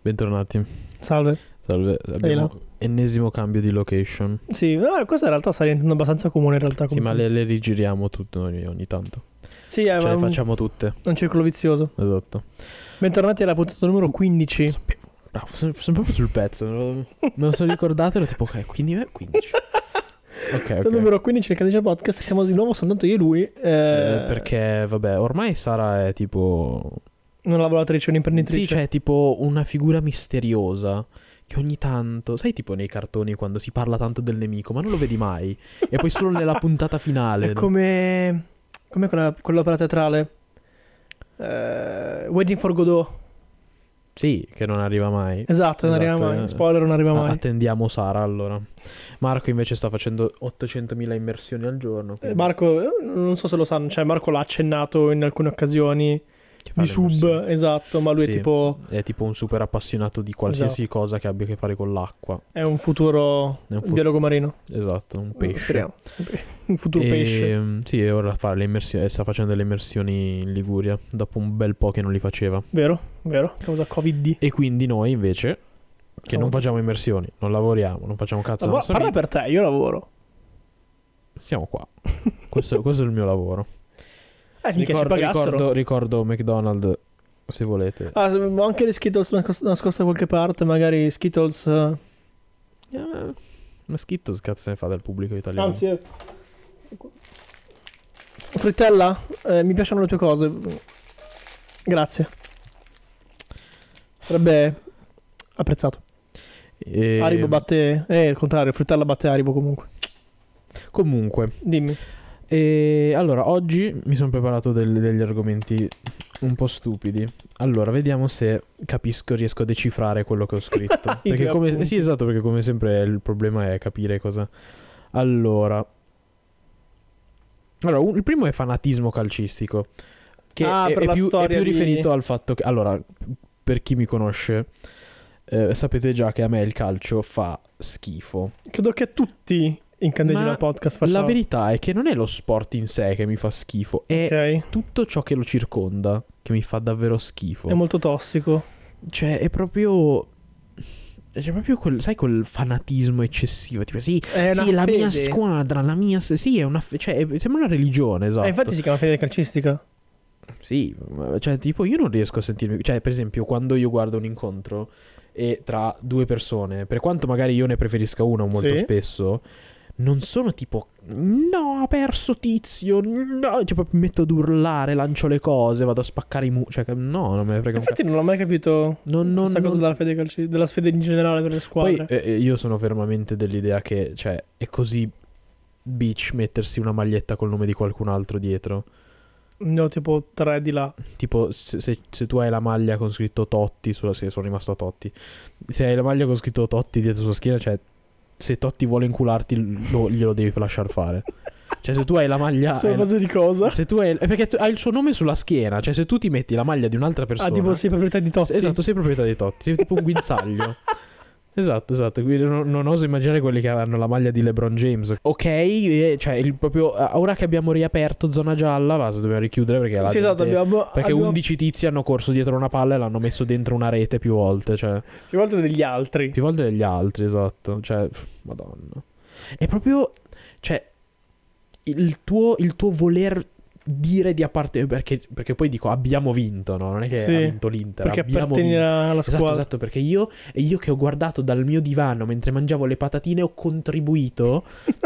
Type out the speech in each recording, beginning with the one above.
Bentornati. Salve. Salve. Abbiamo ennesimo cambio di location. Sì, no, questa in realtà sta diventando abbastanza comune in realtà. Sì, come ma le, cosa. le rigiriamo tutte ogni, ogni tanto. Sì, è Cioè, le Eh, un, facciamo tutte. un circolo vizioso. Esatto. Bentornati alla puntata numero 15. Sapevo. Bravo, sono, sono proprio sul pezzo. Me lo, me lo sono ricordato e ero tipo, ok, quindi è 15. Ok, ok. Il numero 15 del Candice Podcast. Siamo di nuovo soltanto io e lui. eh, Eh, perché, vabbè, ormai Sara è tipo... Non lavoratrice, un'imprenditrice. Sì, cioè, è tipo una figura misteriosa che ogni tanto... Sai, tipo nei cartoni quando si parla tanto del nemico, ma non lo vedi mai. E poi solo nella puntata finale. È come. Come quella, quell'opera teatrale. Eh, Wedding for Godot. Sì, che non arriva mai. Esatto, non Esatto, arriva eh. mai. Spoiler, non arriva Ah, mai. Attendiamo Sara allora. Marco invece sta facendo 800.000 immersioni al giorno. Eh, quindi- Marco, eh, non so se lo sanno, cioè Marco l'ha accennato in alcune occasioni che fa di le sub, immersioni. esatto, ma lui Sì. è tipo È tipo un super appassionato di qualsiasi Esatto. cosa che abbia a che fare con l'acqua. è un futuro È un fu- biologo marino. esatto, un pesce. Eh, Mm, Speriamo. Un futuro E, pesce. mm, Sì, e ora fa le immersioni- sta facendo le immersioni in Liguria. Dopo un bel po' che non li faceva. Vero, vero, causa Covid. E quindi noi invece, che Siamo- non facciamo immersioni, non lavoriamo, non facciamo cazzo. Lavora- della nostra parla vita, per te, io lavoro. Siamo qua. questo, questo è il mio lavoro. Eh, mica ci Ricordo, pagassero. ricordo, ricordo McDonald's, se volete. Ah, se- ho anche le Skittles nascos- nascoste da qualche parte, magari Skittles. eh, Eh, ma schitto cazzo ne fa del pubblico italiano. Anzi, eh, frittella, eh, mi piacciono le tue cose. Grazie. Sarebbe apprezzato. E- Aribo batte. Eh, il contrario, frittella batte Aribo comunque. Comunque, Dimmi. e allora oggi mi sono preparato del- degli argomenti un po' stupidi. Allora, vediamo se capisco, riesco a decifrare quello che ho scritto. I perché due come, appunti. sì, esatto, perché come sempre il problema è capire cosa. Allora, allora un- il primo è fanatismo calcistico. Che Ah, è, per è la più, è storia più di- riferito al fatto che. Allora, per chi mi conosce, eh, sapete già che a me il calcio fa schifo. Credo che a tutti in Ma Candegina Podcast facciano. La verità è che non è lo sport in sé che mi fa schifo, è Ok. tutto ciò che lo circonda che mi fa davvero schifo. È molto tossico. Cioè, è proprio. C'è proprio quel, sai, quel fanatismo eccessivo. Tipo, sì, È una sì, la mia fede. squadra, la mia. Sì, è una. fe- Cioè, è- sembra una religione, esatto. Eh, infatti si chiama fede calcistica. Sì, ma- cioè, tipo, io non riesco a sentirmi. Cioè, per esempio, quando io guardo un incontro e tra due persone, per quanto magari io ne preferisca una molto Sì. spesso, non sono tipo. No, ha perso tizio. No, cioè, proprio mi metto ad urlare, lancio le cose, vado a spaccare i muri. Cioè, che- no, non me ne frega un Infatti non l'ho mai capito cazzo. Non, non, questa cosa non- della fede calcistica, della sfede in generale per le Poi squadre. eh, eh, io sono fermamente dell'idea che, cioè, è così bitch mettersi una maglietta col nome di qualcun altro dietro. ne ho tipo tre di là. Tipo, se, se- se tu hai la maglia con scritto Totti sulla schiena, sono rimasto a Totti. Se hai la maglia con scritto Totti dietro sulla schiena, cioè, se Totti vuole incularti, lo- glielo devi lasciar fare. Cioè, se tu hai la maglia. Sono hai la- base di cosa? se tu hai, è perché tu- hai il suo nome sulla schiena, cioè, se tu ti metti la maglia di un'altra persona. Ah, tipo sì, proprietà di Totti. Esatto, sei proprietà di Totti, sei tipo un guinzaglio. Esatto, esatto, quindi non, non oso immaginare quelli che hanno la maglia di LeBron James. Ok, e cioè il proprio ora che abbiamo riaperto zona gialla, va, se dobbiamo richiudere perché la Sì, esatto, gente- abbiamo, perché abbiamo 11 tizi hanno corso dietro una palla e l'hanno messo dentro una rete più volte, cioè più volte degli altri. più volte degli altri, esatto, cioè pff, madonna. È proprio cioè il tuo, il tuo voler dire di appartenere perché, perché poi dico abbiamo vinto, no? Non è che Sì, ha vinto l'Inter, Perché abbiamo appartieni vinto. alla Esatto, squadra. esatto, perché io, e io che ho guardato dal mio divano mentre mangiavo le patatine ho contribuito,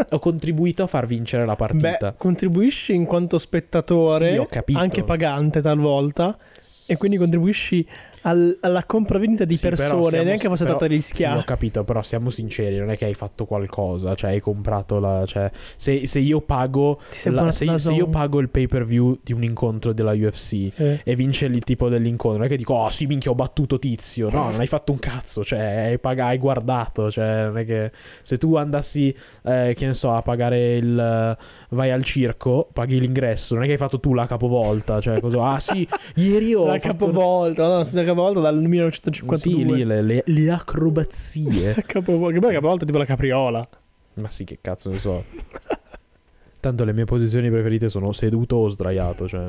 ho contribuito a far vincere la partita. Beh, contribuisci in quanto Sì, spettatore, ho capito. anche pagante talvolta, e quindi contribuisci al- alla compravendita di Sì, però persone, siamo- neanche fosse però- tratta di Sì, schiavi. ho capito, però siamo sinceri, non è che hai fatto qualcosa, cioè hai comprato la... Cioè, se, se io pago... Ti sembra la- una se, se io zona- pago il pay per view di un incontro della UFC Sì. e vince il tipo dell'incontro, non è che dico, oh sì, minchia, ho battuto tizio. No, non hai fatto un cazzo, cioè, hai, pag- hai guardato. Cioè, non è che se tu andassi, eh, che ne so, a pagare il. eh, vai al circo, paghi l'ingresso, non è che hai fatto tu la capovolta, cioè, cosa, ah sì, ieri ho. la fatto- capovolta, no, no, Sì. la capovolta dal Sì, 1952. lì le, le- le acrobazie. La capovolta, che poi la capovolta è tipo la capriola. Ma sì, che cazzo ne so. Tanto le mie posizioni preferite sono seduto o sdraiato, cioè.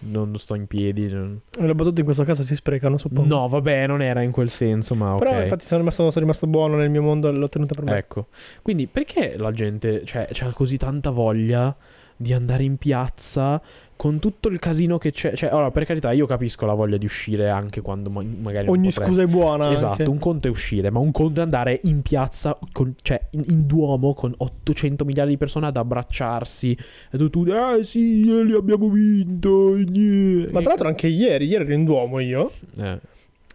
non sto in piedi. non- Le battute in questo caso si sprecano, suppongo. No, vabbè, non era in quel senso, ma ok. Però infatti sono rimasto, sono rimasto buono nel mio mondo, l'ho tenuta per me. Ecco, quindi perché la gente cioè, ha così tanta voglia di andare in piazza con tutto il casino che c'è? Cioè, allora, per carità, io capisco la voglia di uscire anche quando ma- magari non Ogni potresti. scusa è buona. Esatto, anche. un conto è uscire, ma un conto è andare in piazza, con- cioè in, in Duomo con 800 miliardi di persone ad abbracciarsi e tu, tu ah sì, eh, li abbiamo vinto. yeah." Ma tra l'altro anche ieri, ieri ero in Duomo io. Eh,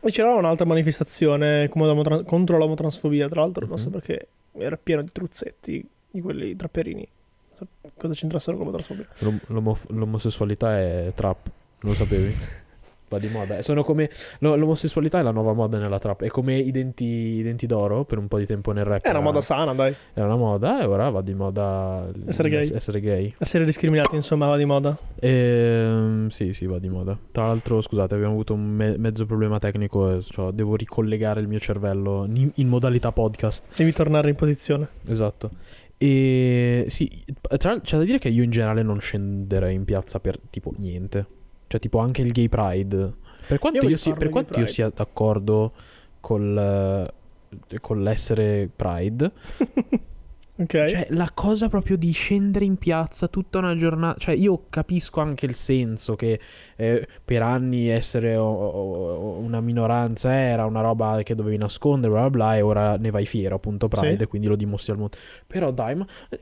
E c'era un'altra manifestazione come l'omotra- contro l'omotransfobia, tra l'altro, non so Mhm. perché era pieno di truzzetti, di quelli trapperini. Non so Cosa c'entrassero con l'omotransfobia? l'om- l'omof- l'omosessualità è trap, non lo sapevi? Va di moda. eh, Sono come lo- l'omosessualità è la nuova moda nella trap, è come i denti, i denti d'oro per un po' di tempo nel rap. È una moda sana, dai. Era una moda e ora va di moda l- Essere gay. Essere gay. Essere discriminati, insomma, va di moda. Ehm, sì, sì, va di moda. Tra l'altro, scusate, abbiamo avuto un me- mezzo problema tecnico. eh, Cioè, devo ricollegare il mio cervello in, in modalità podcast. Devi tornare in posizione. Esatto. E sì, eh, tra- c'è da dire che io in generale non scenderei in piazza per tipo niente. Cioè, tipo anche il gay pride. Per quanto io, Io voglio si- farlo per il quanto Gay io Pride. sia d'accordo col, eh, con l'essere pride, Ok? cioè, la cosa proprio di scendere in piazza tutta una giornata. Cioè, io capisco anche il senso che eh, per anni essere o- o- o- una minoranza era una roba che dovevi nascondere, bla bla bla, e ora ne vai fiero, appunto, Pride, Sì. quindi lo dimostri al mondo. Però dai, ma. eh,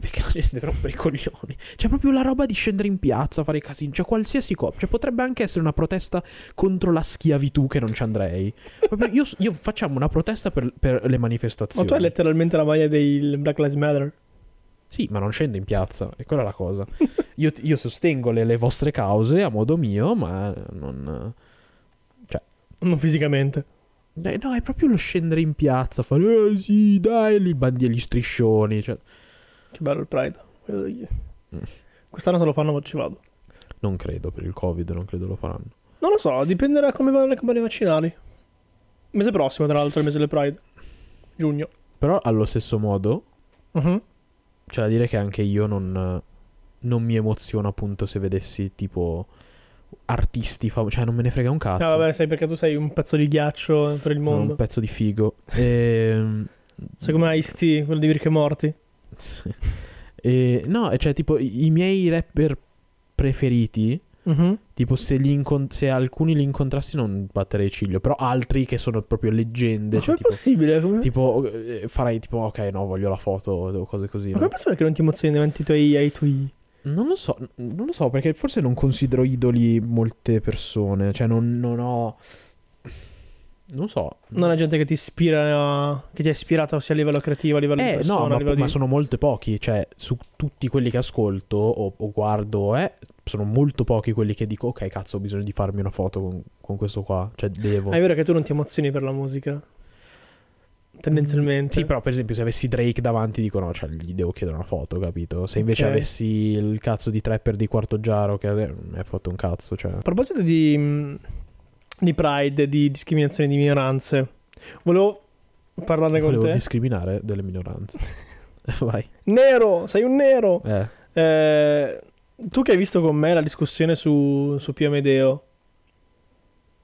Perché la gente deve rompere i coglioni? Cioè, proprio la roba di scendere in piazza, fare casino, cioè qualsiasi cosa. Cioè, potrebbe anche essere una protesta contro la schiavitù che non ci andrei. Proprio io, io facciamo una protesta per, per le Ma manifestazioni. tu hai letteralmente la maglia dei Black Lives Matter. Sì, ma non scendo in piazza, e quella è la cosa. Io, io sostengo le, le vostre cause a modo mio, ma non. Non fisicamente. Eh, no, è proprio lo scendere in piazza, fare eh, sì, dai, lì bandi gli striscioni. Cioè, Che bello il Pride. Eh, Mm. Quest'anno se lo fanno ci vado. non credo per il Covid, non credo lo faranno. Non lo so, dipende da come vanno le campagne vaccinali. Mese prossimo, tra l'altro, il mese del Pride. Giugno. Però allo stesso modo, Mhm. c'è da dire che anche io non. non mi emoziona appunto se vedessi tipo. artisti famosi. Cioè, non me ne frega un cazzo. No, Ah, vabbè, sai perché tu sei un pezzo di ghiaccio per il Sono mondo. un pezzo di figo. Ehm. Sei come Ice-T, quello di Rick e Morty. Sì. E, no, e cioè, tipo, i i miei rapper preferiti. Mhm. Tipo, se, li incon- se alcuni li incontrassi, non batterei ciglio. Però altri che sono proprio leggende. Ma Cioè, com'è tipo, possibile? Come... tipo, eh, farei tipo, ok, no, voglio la foto o cose così. Ma no? come persone che non ti emozioni davanti ai tuoi, ai tuoi... Non lo so, non lo so, perché forse non considero idoli molte persone. Cioè, non, non ho. Non so. Non la gente che ti ispira, che ti ha ispirato sia a livello creativo, a livello di Eh, persona, no, a ma, livello ma di... sono molto pochi. Cioè, su tutti quelli che ascolto o, o guardo, eh, sono molto pochi quelli che dico: Ok, cazzo, ho bisogno di farmi una foto con, con questo qua. Cioè, devo. Ah, è vero che tu non ti emozioni per la musica. Tendenzialmente. Mm, Sì, però, per esempio, se avessi Drake davanti, dico: No, cioè, gli devo chiedere una foto, capito? Se invece Ok. avessi il cazzo di trapper di quarto giaro, che eh, mi ha fatto un cazzo, cioè. A proposito di, mh, di Pride, di discriminazione di minoranze, volevo parlarne con Volevo te. discriminare delle minoranze. Vai. Nero, sei un nero! Eh, Eh, tu che hai visto con me la discussione su, su Pio Amedeo,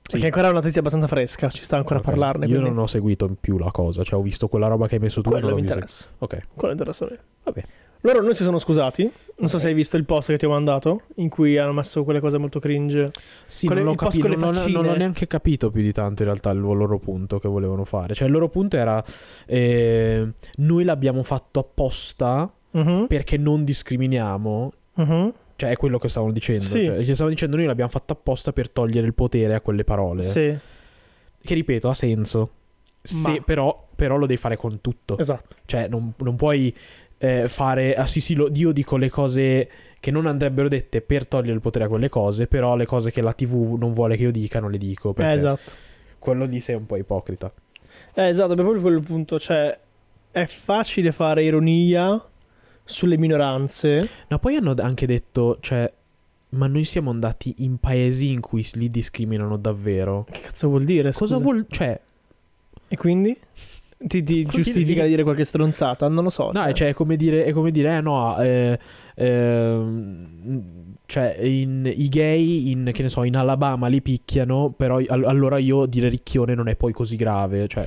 Sì. che ancora è una notizia abbastanza fresca, ci sta ancora ok. a parlarne. Io quindi non ho seguito in più la cosa, cioè ho visto quella roba che hai messo tu. e non Quello l'ho mi vista. interessa. Ok. Quello interessa a me. Vabbè. Loro non si sono scusati. Non so Ok. se hai visto il post che ti ho mandato, in cui hanno messo quelle cose molto cringe. Sì, Con le- non, ho il post capi- con le non ho- non faccine. ho neanche capito più di tanto in realtà il loro punto che volevano fare. Cioè, il loro punto era: eh, noi l'abbiamo fatto apposta Mhm, perché non discriminiamo. mhm. Cioè, è quello che stavano dicendo. Sì. Cioè, che stavano dicendo: noi l'abbiamo fatto apposta per togliere il potere a quelle parole. Sì, Che ripeto, ha senso. Se- Ma- però, però lo devi fare con tutto. esatto. Cioè, non, non puoi eh, fare. Ah, sì, sì, lo- io dico le cose che non andrebbero dette per togliere il potere a quelle cose. Però le cose che la TV non vuole che io dica, non le dico. Eh, Perché esatto. quello lì sei un po' ipocrita. Eh, esatto, è proprio quello il punto. Cioè, è facile fare ironia sulle minoranze. No, poi hanno d- anche detto, cioè, ma noi siamo andati in paesi in cui li discriminano davvero. Che cazzo vuol dire? Cosa scusa? vuol... Cioè, E quindi? ti, ti giustifica di dire qualche stronzata? Non lo so. No, cioè, è, come dire, è come dire, eh no, eh, ehm, cioè in- i gay in, che ne so, in Alabama li picchiano, però al- allora io dire ricchione non è poi così grave, cioè...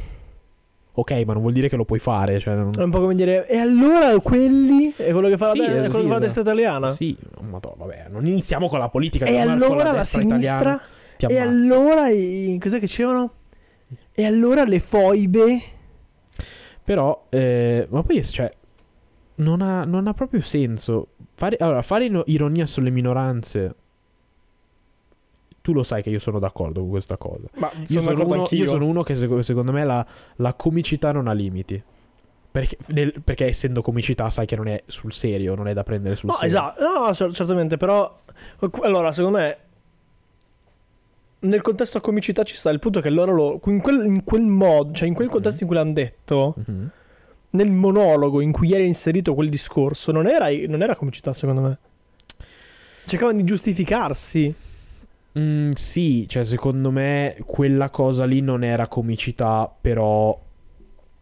Ok, ma non vuol dire che lo puoi fare, cioè... non- È un po' come dire, e allora quelli? È quello che fa la, Sì, de- è sì, quello che fa la esatto. testa italiana? Sì, ma to- vabbè, non iniziamo con la politica. E con la- con allora la destra sinistra? italiana, ti E ammazzo. allora i- cos'è che c'erano? E allora le foibe? Però, eh, ma poi, cioè, non ha, non ha proprio senso. Fare, allora, fare ino- ironia sulle minoranze. Tu lo sai che io sono d'accordo con questa cosa. Ma Io sono, uno, io sono uno che seco- secondo me la, la comicità non ha limiti. Perché, nel- perché essendo comicità sai che non è sul serio, non è da prendere sul No, serio. esatto, no, no, cer- certamente, però qu- allora, secondo me nel contesto a comicità ci sta il punto che loro lo in quel, in quel modo, cioè in quel Mhm. contesto in cui l'hanno detto, Mhm. nel monologo in cui era inserito quel discorso, non era, non era comicità, secondo me. Cercavano di giustificarsi. Mm, sì, cioè secondo me quella cosa lì non era comicità, però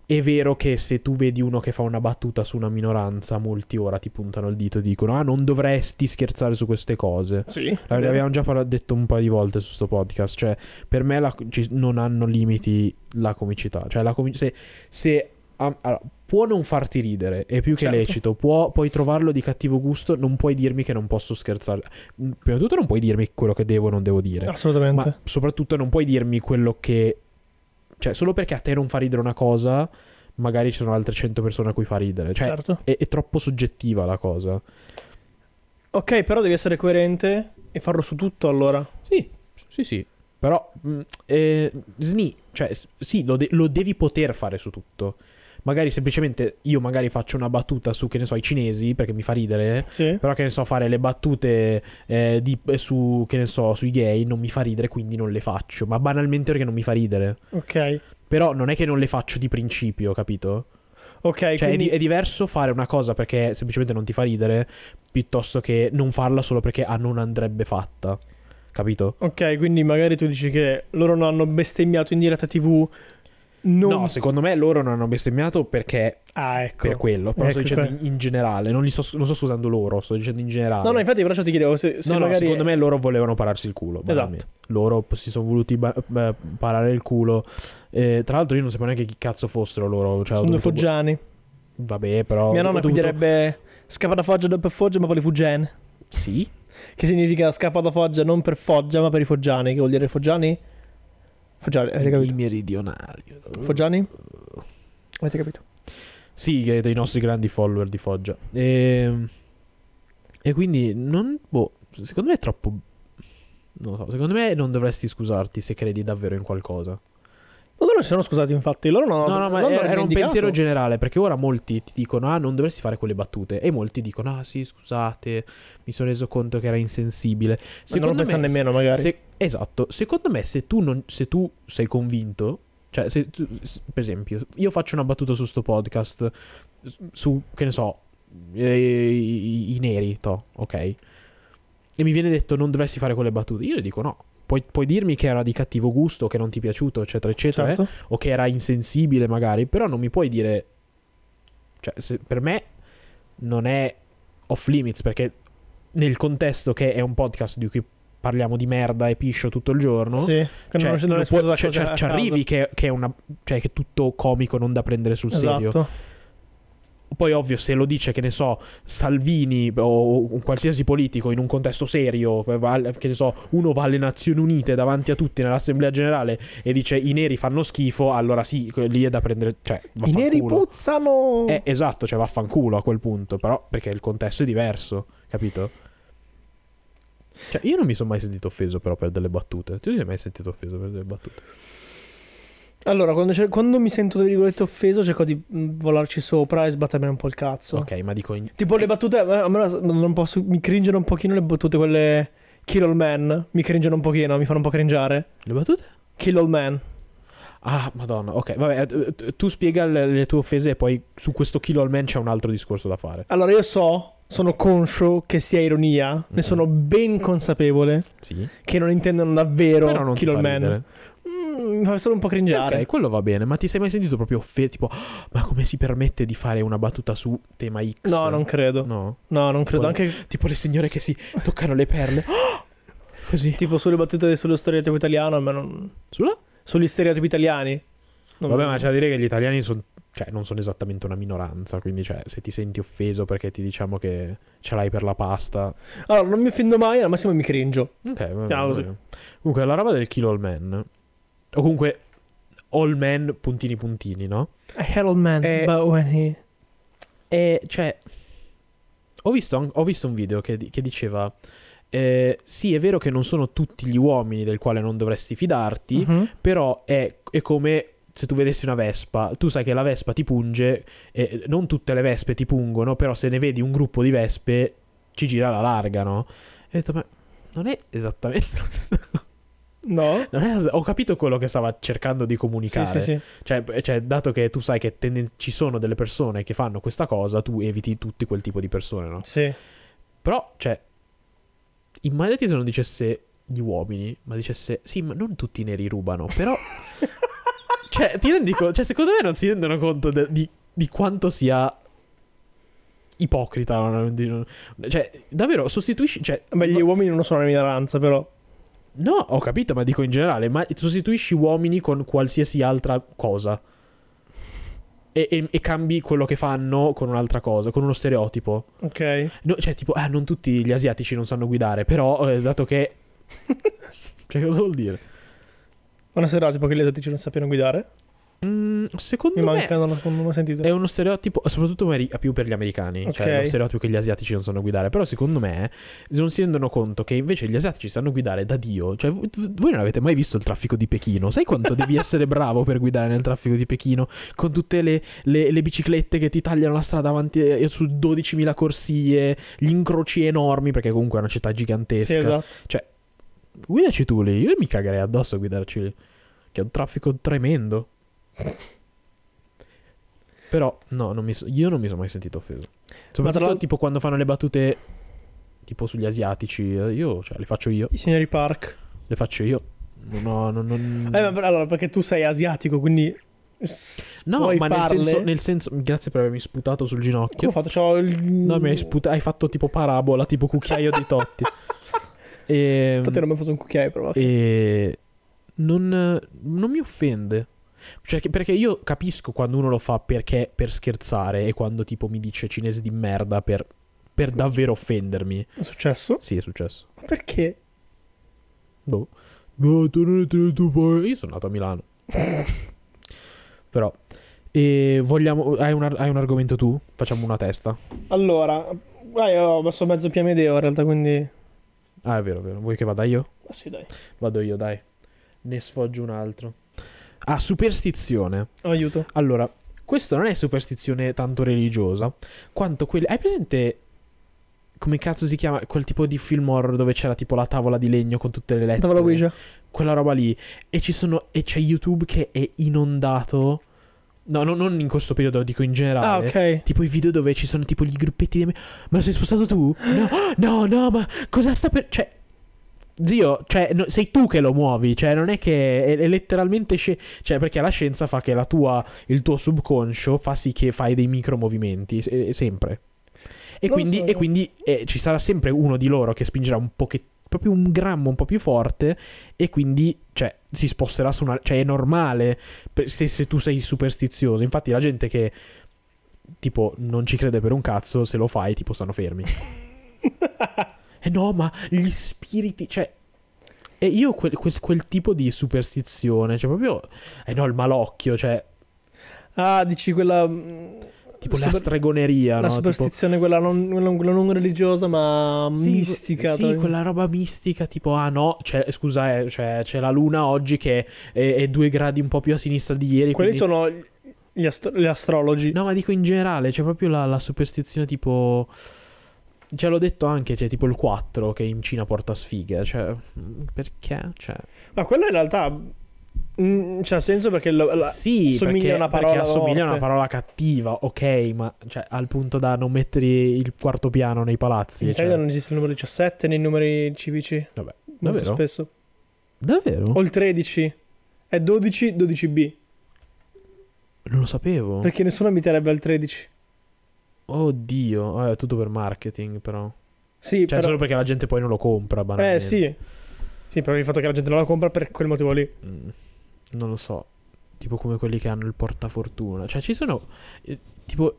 è vero che se tu vedi uno che fa una battuta su una minoranza, molti ora ti puntano il dito e dicono "Ah, non dovresti scherzare su queste cose". Sì. Ne abbiamo già parla- detto un paio di volte su sto podcast, cioè per me la- ci- non hanno limiti la comicità, cioè la comi- se, se- am- allora, può non farti ridere, è più che Certo. lecito, può- puoi trovarlo di cattivo gusto, non puoi dirmi che non posso scherzare. Mm, Prima di tutto non puoi dirmi quello che devo o non devo dire. Assolutamente. Ma cioè, soprattutto non puoi dirmi quello che. Cioè, solo perché a te non fa ridere una cosa, magari ci sono altre 100 persone a cui fa ridere. Cioè, certo. è, è troppo soggettiva la cosa. Ok, però devi essere coerente e farlo su tutto allora. Sì, sì, sì. Però, mh, eh, Sni, cioè, s- sì, lo, de- lo devi poter fare su tutto. Magari semplicemente io magari faccio una battuta su, che ne so, i cinesi, perché mi fa ridere. Sì. Però che ne so, fare le battute eh, di- su, che ne so, sui gay non mi fa ridere, quindi non le faccio. Ma banalmente perché non mi fa ridere. Ok. Però non è che non le faccio di principio, capito? Ok, Cioè, è quindi di- è, diverso fare una cosa perché semplicemente non ti fa ridere, piuttosto che non farla solo perché ah, non andrebbe fatta. Capito? Ok, quindi magari tu dici che loro non hanno bestemmiato in diretta TV. Non... No, secondo me loro non hanno bestemmiato perché Ah, ecco. per quello. Però sto Ecco dicendo in, in generale, non, li sto, non sto scusando loro, sto dicendo in generale. No, no, infatti, però ti chiedevo se, se No, no, magari. Esatto. secondo me loro volevano pararsi il culo. banalmente. Loro p- si sono voluti ba- eh, parare il culo. Eh, tra l'altro, io non sapevo neanche chi cazzo fossero loro. Cioè, ho sono due dovuto- foggiani. Vabbè, però. Mia nonna ho qui dovuto- direbbe scappa da Foggia non per Foggia, ma poi le Fuggene. Sì, Che significa scappa da Foggia non per Foggia, ma per i Foggiani. Che vuol dire Foggiani? Foggiani, avete i capito? meridionali. Foggiani? Avete capito? Sì, che è dei nostri grandi follower di Foggia. E, e quindi non. Boh, secondo me è troppo. Non lo so, secondo me non dovresti scusarti se credi davvero in qualcosa. Ma loro si sono scusati, infatti. Loro no. No, no, ma non era, era hanno un rivendicato. pensiero generale, perché ora molti ti dicono "Ah, non dovresti fare quelle battute" e molti dicono "Ah, sì, scusate, mi sono reso conto che era insensibile". Ma Non lo me, pensano se- nemmeno, magari. se- esatto, secondo me se tu, non- se tu sei convinto, cioè se tu- s- per esempio io faccio una battuta su sto podcast s- su, che ne so, eh, i, i- i neri, to, ok? E mi viene detto non dovresti fare quelle battute, io le dico no. Puoi, puoi dirmi che era di cattivo gusto, che non ti è piaciuto, eccetera, eccetera, certo. eh, o che era insensibile magari, però non mi puoi dire... Cioè, se- per me non è off limits perché nel contesto che è un podcast di cui parliamo di merda e piscio tutto il giorno. Sì. Che Cioè, non, non lo è puoi- esploso da cioè, cosa cioè, a ci caso. arrivi che, che è una, cioè, che è tutto comico, non da prendere sul serio. Esatto. Poi, ovvio, se lo dice, che ne so, Salvini o un qualsiasi politico in un contesto serio, va al- che ne so, uno va alle Nazioni Unite davanti a tutti nell'Assemblea Generale e dice i neri fanno schifo, allora sì, que- lì è da prendere. Cioè, I vaffanculo. neri puzzano. Eh, esatto, cioè vaffanculo a quel punto, però perché il contesto è diverso, capito? Cioè, io non mi sono mai sentito offeso però per delle battute. Tu ti sei mai sentito offeso per delle battute? Allora, quando, cer- quando mi sento, tra virgolette, offeso, cerco di mm, volarci sopra e sbattermene un po' il cazzo. Ok, ma dico in... Tipo le battute, eh, a me la- non posso, mi cringono un pochino le battute quelle Kill All Man, mi cringono un pochino, mi fanno un po' cringiare. le battute? Kill All Man. Ah, madonna, ok, vabbè, eh, eh, tu spiega le, le tue offese e poi su questo Kill All Man c'è un altro discorso da fare. Allora io so, sono conscio che sia ironia, Mm. ne sono ben consapevole Sì. che non intendono davvero Però non ti Kill fa All Man. ridere. Mm, mi fa solo un po' cringiare. Ok, quello va bene, ma ti sei mai sentito proprio offeso? Tipo, "Ah, ma come si permette di fare una battuta su tema X? No, non credo. No. No, non credo. Tipo- Anche Tipo le signore che si toccano le perle. Così. tipo sulle battute sullo stereotipo italiano, ma non... Sulla? Sugli stereotipi italiani. Non- Vabbè, ma c'è da dire che gli italiani son- cioè, non sono esattamente una minoranza. Quindi, cioè, se ti senti offeso perché ti diciamo che ce l'hai per la pasta. Allora, non mi offendo mai, al massimo mi cringio. Ok, va Siamo bene, così. va bene. Comunque, la roba del Kill All Man. O comunque, All Man puntini puntini, no? A hell man, Eh, but when he... E cioè, ho visto, an- ho visto un video che, di- che diceva: eh, Sì, è vero che non sono tutti gli uomini del quale non dovresti fidarti, Mhm. però è, è come. Se tu vedessi una vespa, tu sai che la vespa ti punge, e non tutte le vespe ti pungono, però se ne vedi un gruppo di vespe ci gira la larga, no? E ho detto, ma non è esattamente... la stessa cosa." No? Non è la stessa- Ho capito quello che stava cercando di Sì, comunicare. sì, sì. Cioè, cioè, dato che tu sai che tenden- ci sono delle persone che fanno questa cosa, tu eviti tutti quel tipo di persone, no? Sì. Però, cioè, immaginati se non dicesse gli uomini, ma dicesse, sì, ma non tutti i neri rubano, però... cioè, ti rendi conto? Cioè, secondo me non si rendono conto de- di, di quanto sia ipocrita. no? Di- no- Cioè, davvero, sostituisci... Cioè, Beh, gli ma- uomini non sono una minoranza, però. No, ho capito, ma dico in generale, ma sostituisci uomini con qualsiasi altra cosa. E, e- e cambi quello che fanno con un'altra cosa, con uno stereotipo. Ok. No, cioè, tipo, ah, non tutti gli asiatici non sanno guidare, però, eh, dato che... cioè, cosa vuol dire? Una stereotipo che gli asiatici non sappiano guidare. Mm, secondo Mi me manca, non, non l'ho sentito. è uno stereotipo, soprattutto meri- più per gli americani, Ok. cioè lo stereotipo che gli asiatici non sanno guidare, però secondo me non si rendono conto che invece gli asiatici sanno guidare da Dio, cioè v- v- voi non avete mai visto il traffico di Pechino, sai quanto devi essere bravo per guidare nel traffico di Pechino con tutte le, le- le biciclette che ti tagliano la strada avanti eh, su 12.000 corsie, gli incroci enormi perché comunque è una città gigantesca. Sì, esatto. Guidaci tu lì, io mi cagherei addosso a guidarci lì. Che è un traffico tremendo. Però, no, non mi so- io non mi sono mai sentito offeso. Soprattutto l'al- tipo quando fanno le battute tipo sugli asiatici, eh, io cioè, le faccio io, I signori Park. le faccio io. No, no, non... Eh, ma per- allora, perché tu sei asiatico, quindi. s- no, puoi ma nel farle. senso, nel senso- grazie per avermi sputato sul Come ginocchio. ho fatto? C'ho il. No, mi hai sputato, hai fatto tipo parabola, tipo cucchiaio di Totti. Ehm, E... Tanto non mi ha fatto un cucchiaio, però. vabbè. e non, non mi offende. Cioè, che- perché io capisco quando uno lo fa perché per scherzare e quando tipo mi dice cinese di merda per, per davvero offendermi. È successo? Sì, è successo. Ma perché? Boh. No, tornate nel tuo paese. Io sono nato a Milano. Però. E vogliamo. Hai un, ar- hai un argomento tu? Facciamo una testa. Allora. Vai, ho messo mezzo piamedeo in realtà, quindi. Ah, è vero, è vero. Vuoi che vada io? Ma sì, dai. Vado io, dai. Ne sfoggio un altro. Ah, superstizione. Oh, Aiuto. Allora, questo non è superstizione tanto religiosa, quanto quelle... Hai presente... Come cazzo si chiama quel tipo di film horror dove c'era tipo la tavola di legno con tutte le lettere? Tavola Ouija. Quella roba lì. E ci sono... E c'è YouTube che è inondato... No, no, non in questo periodo, dico in generale. Ah, ok. Tipo i video dove ci sono tipo gli gruppetti di... ami- Ma lo sei spostato tu? No, no, no, ma cosa sta per... Cioè... Zio, cioè, no- sei tu che lo muovi, cioè non è che è, è letteralmente... sci- cioè, perché la scienza fa che la tua, il tuo subconscio fa sì che fai dei micromovimenti, se- eh, sempre. E Non quindi, so, e io- quindi eh, ci sarà sempre uno di loro che spingerà un pochettino, proprio un grammo un po' più forte e quindi, cioè, si sposterà su una... Cioè, è normale per- se, se tu sei superstizioso. Infatti la gente che, tipo, non ci crede per un cazzo, se lo fai, tipo, stanno fermi. Eh no, ma gli spiriti, cioè... E io quel, quel- quel tipo di superstizione, cioè proprio... Eh no, il malocchio, cioè... Ah, dici quella. mm, Tipo la super- stregoneria, La no? Tipo- superstizione, quella, non, quella- quella non religiosa, ma Sì, mistica. Sì, tra- quella roba mistica, tipo, ah no, c'è- scusa, eh, c'è, c'è la luna oggi che è, è due gradi un po' più a sinistra di ieri. quindi- Quelli sono gli, astro- gli astrologi. No, ma dico in generale, c'è proprio la, la superstizione tipo... Ce l'ho detto anche, c'è tipo il 4 che in Cina porta sfiga, cioè... mm, Perché? Cioè... Ma quella in realtà. mm, c'ha senso perché. la- la- sì, assomiglia perché, a una perché parola assomiglia a una morte. parola cattiva, ok, ma cioè, al punto da non mettere il quarto piano nei palazzi. in cioè. Italia non esiste il numero 17 nei numeri civici. Vabbè, Molto davvero? Mm. spesso. Davvero? O il 13. È 12, Mm. 12B. Non lo sapevo. Perché nessuno abiterebbe al 13. Oddio, eh, è tutto per marketing però. Sì, Cioè però... solo perché la gente poi non lo compra, banalmente. Eh, sì. Sì, però il fatto che la gente non la compra per quel motivo lì. Mm, non lo so. Tipo come quelli che hanno il portafortuna. Cioè, ci sono. eh, tipo.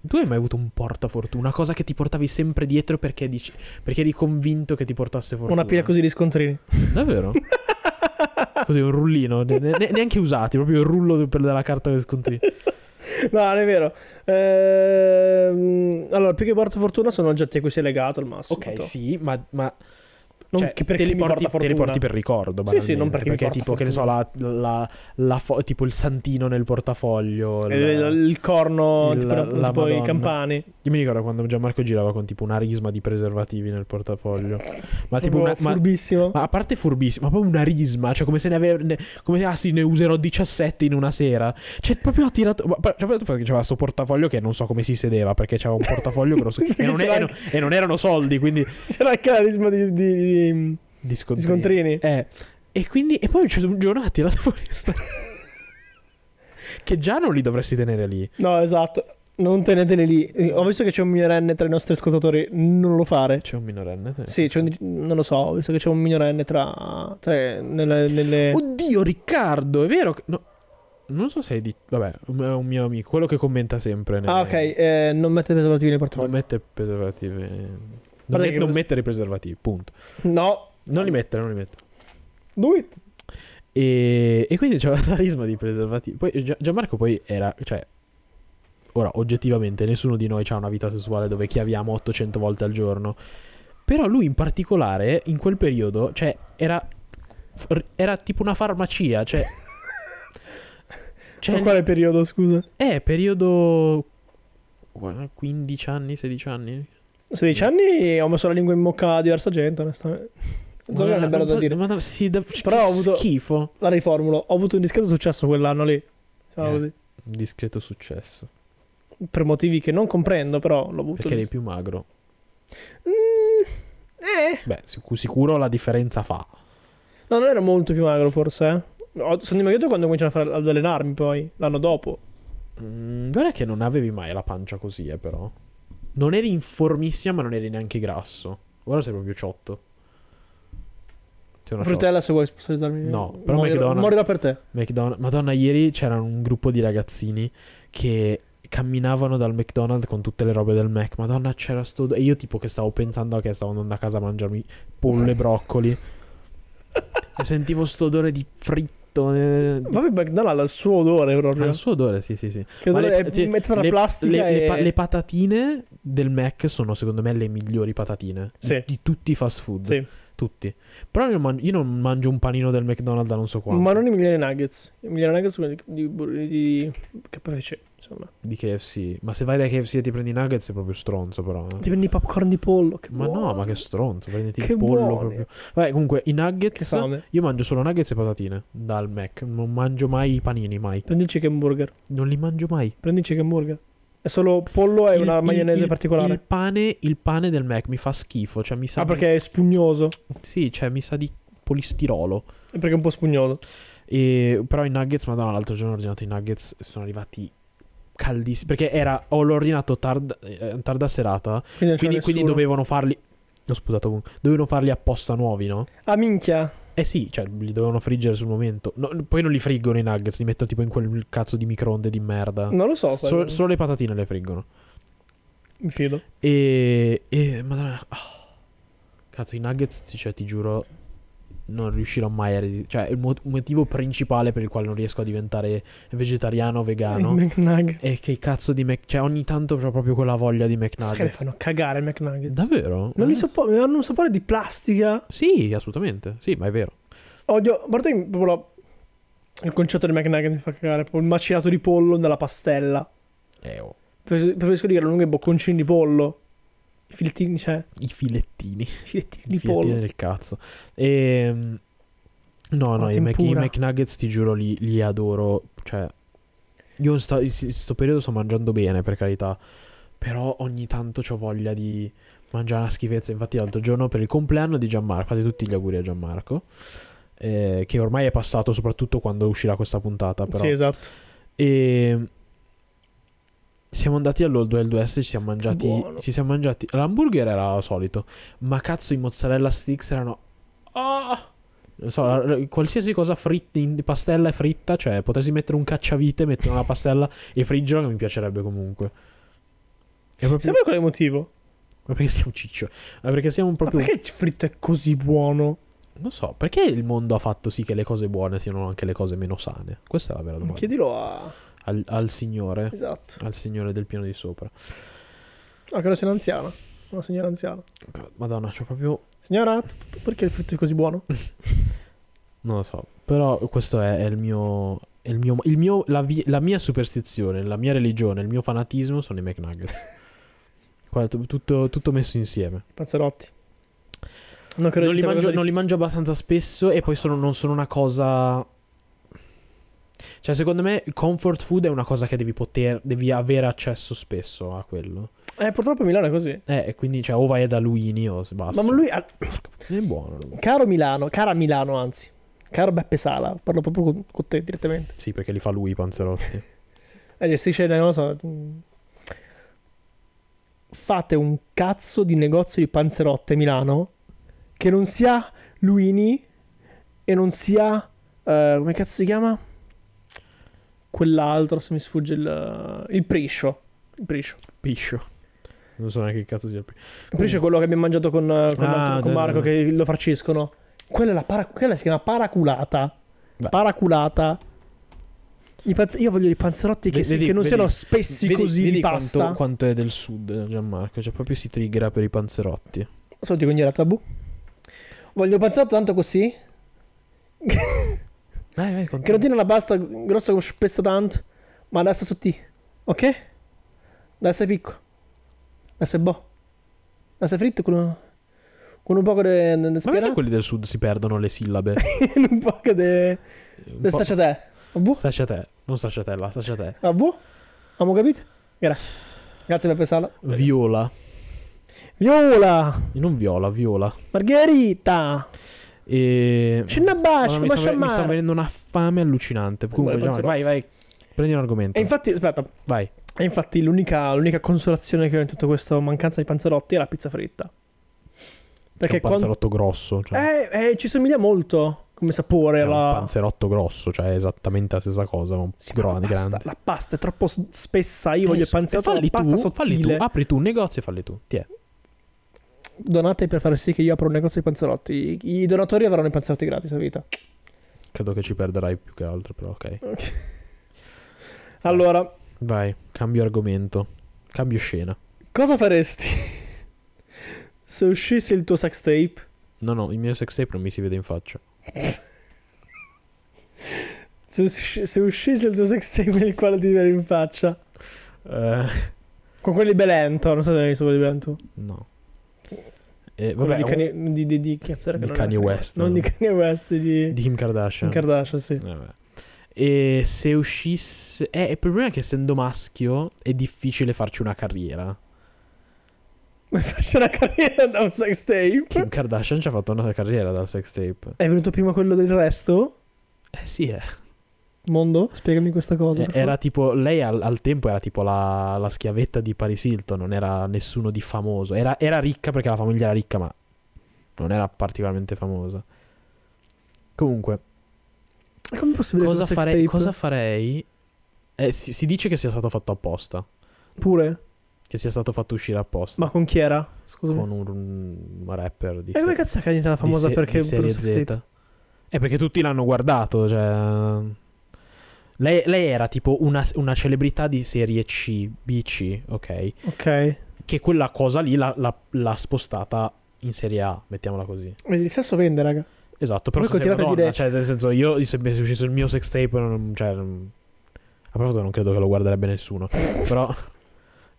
Tu hai mai avuto un portafortuna? Una cosa che ti portavi sempre dietro perché, dici, perché eri convinto che ti portasse fortuna? Una pila così di scontrini. Davvero? così un rullino. ne- ne- neanche usati, proprio il rullo per- della carta che scontri. No, non è vero. Ehm, allora, più che porta fortuna sono oggetti a cui sei legato al massimo. Ok, sì, ma. ma Non cioè, che perché te li mi porti, porta te li fortuna. porti per ricordo. Sì, sì, banalmente, non perché mi Perché porta tipo, che ne so, la, la, la fo- tipo il santino nel portafoglio. il- Eh, Il, il corno, Il- tipo, una- la tipo i Madonna. campani. Io mi ricordo quando Gianmarco girava con tipo una risma di preservativi nel portafoglio. Ma tipo Tipo una, ma, furbissimo. ma a parte furbissimo, ma proprio una risma, cioè come se ne averne come se ah sì, ne userò 17 in una sera. Cioè proprio ha tirato ma, ma- cioè, fatto che c'era sto portafoglio che non so come si sedeva perché c'era un portafoglio grosso e, non C'era e non- e non erano soldi, quindi C'era il carisma di, di- di di- di scontrini. scontrini. Eh, e quindi e poi c'è un certo giorno ha tirato fuori sta che già non li dovresti tenere lì. Eh, No, esatto. Non teneteli lì. Eh, Ho visto che c'è un minorenne tra i nostri ascoltatori. Non lo fare. C'è un minorenne. te? Sì, c'è un- non lo so. Ho visto che c'è un minorenne tra. tra- nelle, nelle- Oddio, Riccardo, è vero. Che... no, non so se hai detto. Vabbè, è un mio amico, quello che commenta sempre. nelle- Ah, ok. eh, non mette preservativi nei Non portafogli. mette preservativi. Non, Guarda met- che- non mettere i preservativi, punto. No. Non li mettere, non li mettere. Do it. E, e quindi c'era la carisma di preservativi. Poi Gia- Gianmarco poi era. Cioè. Ora, oggettivamente, nessuno di noi ha una vita sessuale dove chiaviamo 800 volte al giorno. Però lui in particolare, in quel periodo, cioè, era. f- Era tipo una farmacia. Cioè. Ma quale periodo, scusa? Eh, periodo 15 anni, 16 anni. 16 anni ho messo la lingua in bocca a diversa gente, onestamente. Non so che non è bello da dire. Ma sì, da- Però ho avuto- schifo. La riformulo. Ho avuto un discreto successo quell'anno lì. Diciamo Eh. così. Un discreto successo. Per motivi che non comprendo, però l'ho avuto. Perché lì. eri più magro. Mm, eh. Beh, sicu- sicuro la differenza fa. No, non ero molto più magro, forse. eh. Ho- Sono dimagrito quando ho cominciato a fare- ad allenarmi, poi. L'anno dopo. Mm, vero è che non avevi mai la pancia così, eh, però. Non eri informissima, ma non eri neanche grasso. Ora sei proprio ciotto. Sei una ciotta. Frutella, se vuoi sponsorizzarmi. No, però morirò, McDonald's- morirò per te. McDon- Madonna, ieri c'era un gruppo di ragazzini che camminavano dal McDonald's con tutte le robe del Mac. Madonna, c'era sto. E io, tipo, che stavo pensando che stavo andando a casa a mangiarmi pollo e broccoli. e sentivo sto odore di fritto. eh, di- Vabbè, McDonald's ha il suo odore Ha proprio. il suo odore, sì, sì, sì. Che Ma odore le- è sì, metà tra le- plastica Le, le e... pa- le patatine del Mac sono, secondo me, le migliori patatine di- Sì. di, tutti i fast food. Sì. Tutti. Però io, non man- io non mangio un panino del McDonald's da non so quanto. Ma non i migliori nuggets. I migliori nuggets sono quelli di, di, di KFC, insomma. Di KFC. Ma se vai da KFC e ti prendi i nuggets sei proprio stronzo, però. eh. Ti prendi i popcorn di pollo. Che Ma no, buono. ma che stronzo. Prenditi Che il pollo buoni. proprio. Vabbè, comunque, i Che nuggets. fame. Io mangio solo nuggets e patatine dal Mac. Non mangio mai i panini, mai. Prendi il chicken burger. Non li mangio mai. Prendi il chicken burger. È solo pollo e Il- una il- maionese il- particolare. Il pane, il pane del Mac mi fa schifo. Cioè, mi sa. ah, di- perché è spugnoso. Sì, cioè, mi sa di polistirolo. È perché è un po' spugnoso. E- però i nuggets, madonna, l'altro giorno ho ordinato i nuggets e sono arrivati caldissimi. Perché era, ho- l'ho ordinato tard- eh, tarda serata. Quindi, non c'era Quindi, quindi nessuno. dovevano farli. Ho sputato comunque. Dovevano farli apposta nuovi, no? Ah, minchia. Eh sì, cioè li dovevano friggere sul momento. No, poi non li friggono i nuggets, li mettono tipo in quel cazzo di microonde di merda. Non lo so. sai, Solo- solo le patatine le friggono. Mi fido. E, e madonna, ah. cazzo, i Nuggets, ti- cioè, ti giuro, non riuscirò mai a resistere. Cioè, il mo- motivo principale per il quale non riesco a diventare vegetariano o I vegano McNuggets. è che cazzo di Mac. Cioè, ogni tanto ho proprio quella voglia di Sai che le McNuggets. fanno cagare i McNuggets? Davvero? Eh? Non li soppo- hanno un sapore di plastica. Sì, assolutamente. Sì, ma è vero. Odio. A parte che proprio la- il concetto di McNuggets mi fa cagare. Proprio il macinato di pollo nella pastella. Eh, oh. Prefis- Preferisco dire lunghe bocconcini di pollo. I filettini, cioè. I filettini. I filettini I di filettini pollo. del cazzo. Ehm, No, no, La i, Mac- i tempura. McNuggets ti giuro li, li adoro. Cioè, io in sta- in sto periodo sto mangiando bene, per carità. Però ogni tanto ho voglia di mangiare una schifezza. Infatti, l'altro giorno per il compleanno di Gianmarco, fate tutti gli auguri a Gianmarco. eh, che ormai è passato soprattutto quando uscirà questa puntata. Però. Sì, esatto. E siamo andati all'Old Wild West e ci siamo mangiati. Buono. Ci siamo mangiati. L'hamburger era solito, ma cazzo, i mozzarella sticks erano. Ah! Non so, la- la- qualsiasi cosa fritta in pastella e fritta, cioè potessi mettere un cacciavite, mettere una pastella e friggerla che mi piacerebbe comunque. È proprio- Sembra qual è il motivo? Ma perché siamo ciccio? Ma perché siamo Ma proprio. perché il fritto è così buono? Non so, perché il mondo ha fatto sì che le cose buone siano anche le cose meno sane? Questa è la vera domanda. Chiedilo a... Al, al signore, Esatto. al signore del piano di sopra. Ah, credo sia un'anziana. Una signora anziana. Madonna, c'ho proprio. Signora, tu- tu- tu- perché il fritto è così buono? Non lo so. Però questo è, è il mio. è il mio, il mio- la, vi- la mia superstizione, la mia religione, il mio fanatismo sono i McNuggets. Guarda, tu- tutto, tutto messo insieme. Panzerotti. Non credo non, li mangio, esista qualcosa di- non li mangio abbastanza spesso e poi sono- non sono una cosa... Cioè, secondo me, comfort food è una cosa che devi poter... Devi avere accesso spesso a quello. Eh, purtroppo Milano è così. Eh, e quindi, cioè, o vai da Luini o se basta. Ma lui... ha- È buono. lui. Caro Milano, cara Milano anzi. Caro Beppe Sala, parlo proprio con, con te direttamente. Sì, perché li fa lui i panzerotti. Eh, gestisce una cosa... mm. Fate un cazzo di negozio di panzerotte Milano che non sia Luini e non sia... eh, come cazzo si chiama? Quell'altro, se mi sfugge il... Il Priscio. Il Priscio. Piscio. Non so neanche che cazzo sia. il piscio. Poi c'è quello che abbiamo mangiato con, eh, con Uh. Ah, l'altro- con da- Marco che lo farciscono. Quella, è la para- quella si chiama paraculata. Beh. Paraculata. I panz- io voglio i panzerotti che, Ve- si- vedi- che non vedi- siano spessi Vedi- così vedi di quanto- pasta. Quanto, è del sud, Gianmarco. Cioè, proprio si triggera per i panzerotti. Solo dico era tabù. Voglio un panzerotto tanto così. Vai, vai, Che non tiene la pasta grossa come spessa tanto. Ma adesso sottile. Ok? Adesso è piccolo. Adesso è buono. Adesso è fritto con, con un po' Ma di perché speranza. quelli del sud si perdono le sillabe? Con un po' di Un po'- stacciatella. Buh. Staccia te, non staccia te, la staccia te. Ah, boh? Abbiamo capito? Grazie. Grazie Beppe Sala. Viola. Viola, Non viola, viola. Margherita, E... Cinnabaci, Madonna, mi, sta, mi sta Masciamare. venendo una fame allucinante. Comunque, Vuole Gianmarco, vai, vai. Prendi un argomento. E infatti, aspetta, Vai. e infatti l'unica, l'unica consolazione che ho in tutta questa mancanza di panzerotti è la pizza fritta. Perché Perché un quando... panzerotto grosso. Cioè, Eh, eh, ci somiglia molto come sapore è un alla... panzerotto grosso, cioè è esattamente la stessa cosa. Ma un Sì, ma grande, la, pasta, grande. Eh, la pasta è troppo s- spessa, io voglio il panzerotto alla falli pasta tu, falli tu. Ah. sottile. Apri tu un negozio e falli tu. Ti è. Donate per far sì che io apra un negozio di panzerotti. I, i donatori avranno i panzerotti gratis a vita. Eh. Credo che ci perderai più che altro, però ok. Allora, Vai, cambio argomento. Cambio scena. Cosa faresti se uscisse il tuo sex tape? No, no, il mio sex tape non mi si vede in faccia. Se, usci- se uscisse il tuo sex tape nel quale ti vedi in faccia? Eh... Con quelli Belento, non so se hai visto quelli Belento. No. Eh, Quello vabbè, di un- Kanye, di, di, di, chi cazzo era che di non Kanye era West, Non di no? Kanye West, di, di Kim Kardashian. Kardashian, sì. Eh, vabbè. E se uscisse... Eh, il problema è che essendo maschio è difficile farci una carriera. Ma farci una carriera da un sex tape? Kim Kardashian ci ha fatto una carriera dal sex tape. È venuto prima quello del resto? Eh sì, eh. Mondo, spiegami questa cosa. Eh, per era tipo... Lei al, al tempo era tipo la, la schiavetta di Paris Hilton, non era nessuno di famoso. Era, era ricca perché la famiglia era ricca, ma non era particolarmente famosa. Comunque, favore. E Com'è possibile cosa che un sex farei... tape- Cosa farei? Eh, si- si dice che sia stato fatto apposta. Pure? che sia stato fatto uscire apposta Ma con chi era? Scusami. con un, un rapper diciamo. di, E come se- cazzo è che è diventata di famosa se- perché di per un serie sex tape? Z. È perché tutti l'hanno guardato, cioè lei, lei era tipo una, una celebrità di serie C, BC, ok? Ok. Che quella cosa lì l'ha, l'ha- l'ha spostata in serie A, mettiamola così. Il sesso vende, raga. Esatto, però Voi se sei una continuate a donna, dire- cioè nel senso io se mi è uscito il mio sex tape non, cioè non- a proposito non credo che lo guarderebbe nessuno, però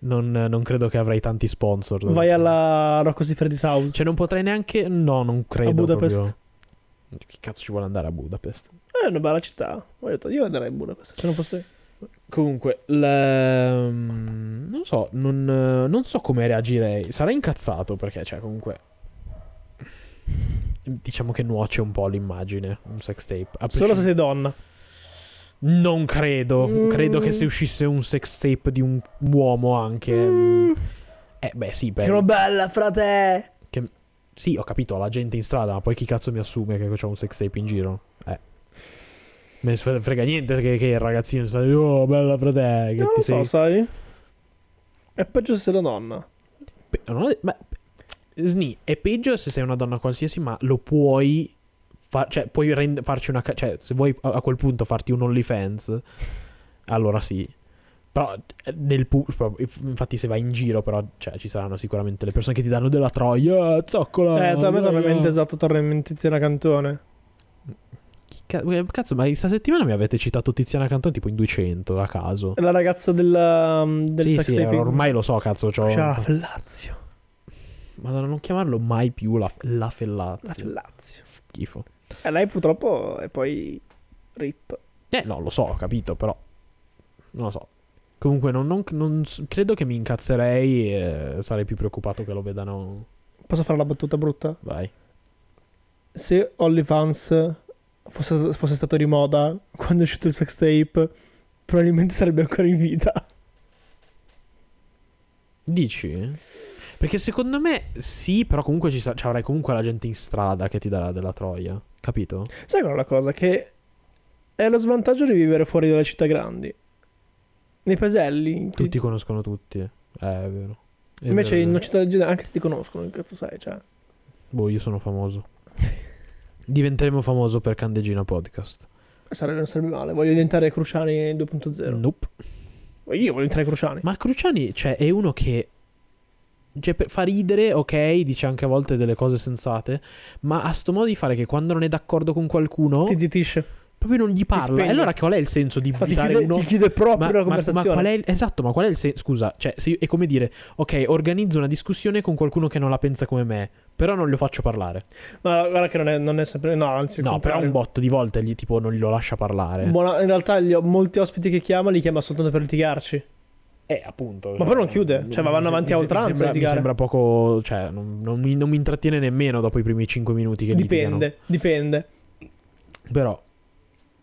non, non credo che avrei tanti sponsor. Vai alla Rocco Freddy's House. Cioè, non potrei neanche. No, non credo. A Budapest. proprio. Che cazzo ci vuole andare a Budapest? Eh, È una bella città. Ho detto, io andrei in Budapest. Se non fosse. Comunque, la- non so, non, non so come reagirei. Sarei incazzato perché, cioè, comunque. diciamo che nuoce un po' l'immagine, un sex tape. A Solo se prescindere- sei donna. Non credo, Mm. credo che se uscisse un sex tape di un uomo anche... Mm, Eh beh sì, beh, sono bella, frate. sì ho capito, la gente in strada, ma poi chi cazzo mi assume che c'ho un sex tape in giro? Eh. Me ne sfre- frega niente che, che il ragazzino sta dicendo, oh bella frate, che Non ti lo sei... so, sai. È peggio se sei la nonna. Pe- non ho- ma- Sni, è peggio se sei una donna qualsiasi, ma lo puoi. fa- cioè, puoi rend- farci una. ca- cioè, se vuoi a, a quel punto farti un OnlyFans, allora sì. Però, eh, nel pu- pro- inf- infatti, se vai in giro, però, cioè, ci saranno sicuramente le persone che ti danno della troia. Zoccola. eh, a me torna in troia." mente esatto, torna in mente Tiziana Cantone. Chi ca- eh, Cazzo, ma questa settimana mi avete citato Tiziana Cantone tipo in 200 a caso. È la ragazza del, um, Eh, del Sì, sex sì, taping. ormai lo so, cazzo. C'ho... C'ha la Fellazio. Madonna, non chiamarlo mai più la, la La fellazia. Fellazio. Schifo. E Eh, lei purtroppo è poi rip. Eh, no, lo so, ho capito, però. Non lo so. Comunque, non, non- non s- credo che mi incazzerei. E eh, sarei più preoccupato che lo vedano. Posso fare la battuta brutta? Vai. Se OnlyFans fosse, fosse stato di moda quando è uscito il sex tape, probabilmente sarebbe ancora in vita. Dici? Perché secondo me sì, però comunque ci sa- cioè, avrai comunque la gente in strada che ti darà della troia. Capito? Sai qual è la cosa? Che è lo svantaggio di vivere fuori dalle città grandi. Nei paeselli. ti- Tutti conoscono tutti. Eh, è vero. È invece vero, è in una vero. città del genere, anche se ti conoscono, che cazzo sai? Cioè, Boh, io sono famoso. Diventeremo famoso per Candegina Podcast. sarebbe, non sarebbe male. Voglio diventare Cruciani 2.0. Nope. Io voglio diventare Cruciani. Ma Cruciani, cioè, è uno che. Cioè, per- fa ridere, ok, dice anche a volte delle cose sensate, ma ha sto modo di fare che quando non è d'accordo con qualcuno, Ti zittisce. proprio non gli parla. E spegne. allora qual è il senso di Ma ti buttare chiude, uno? ti chiude proprio Ma, la ma- ma conversazione. qual è il, esatto, ma qual è il senso? Scusa, cioè, se io- è come dire, ok, organizzo una discussione con qualcuno che non la pensa come me, però non lo faccio parlare. Ma guarda che non è, non è sempre... No, anzi, il no, però contrario. un botto di volte gli tipo non lo lascia parlare. Buona- in realtà gli ho- molti ospiti che chiama li chiama soltanto per litigarci. Eh, appunto. Ma poi non chiude, cioè, ma vanno avanti a mi- mi oltranza sembra- a Mi litigare. sembra poco. Cioè, non, non mi, non mi intrattiene nemmeno dopo i primi 5 minuti che litigano. Dipende, dipende. Però,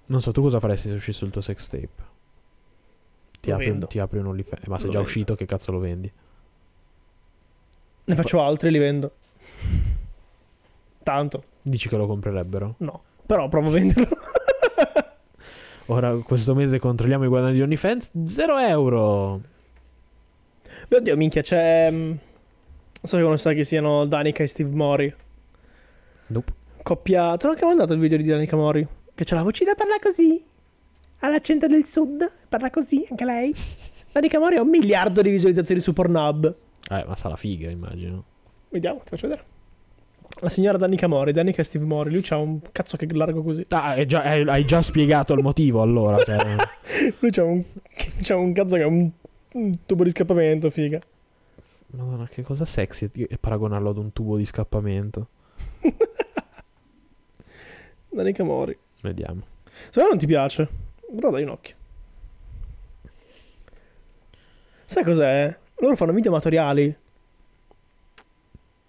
non so, tu cosa faresti se uscisse il tuo sex tape? Ti Lo apri, un, vendo. ti apri un OnlyFans. Eh, Ma sei Lo già vendo. uscito, che cazzo lo vendi? Ne faccio altri e li vendo. Tanto, Dici che lo comprerebbero. no. Però provo a venderlo. Ora, questo mese controlliamo i guadagni di OnlyFans. 0 euro. Beh, oddio, minchia, c'è... mm, Non so se conosci chi siano Danica e Steve Mori. Nope. Coppia... Te l'ho anche mandato il video di Danica Mori. Che c'è la vocina, parla così. Ha l'accento del sud, parla così, anche lei. Danica Mori ha un miliardo di visualizzazioni su Pornhub. Eh, ma sarà figa, immagino. Vediamo, ti faccio vedere. La signora Danica Mori, Danica e Steve Mori, lui c'ha un cazzo che è largo così. Ah, è già- hai, hai già spiegato il motivo, allora. cioè. Lui c'ha un, c'ha un cazzo che è un, un tubo di scappamento, figa. Madonna, che cosa sexy è paragonarlo ad un tubo di scappamento. Danica Mori. Vediamo. Se no non ti piace, però dai un occhio. Sai cos'è? Loro fanno video amatoriali.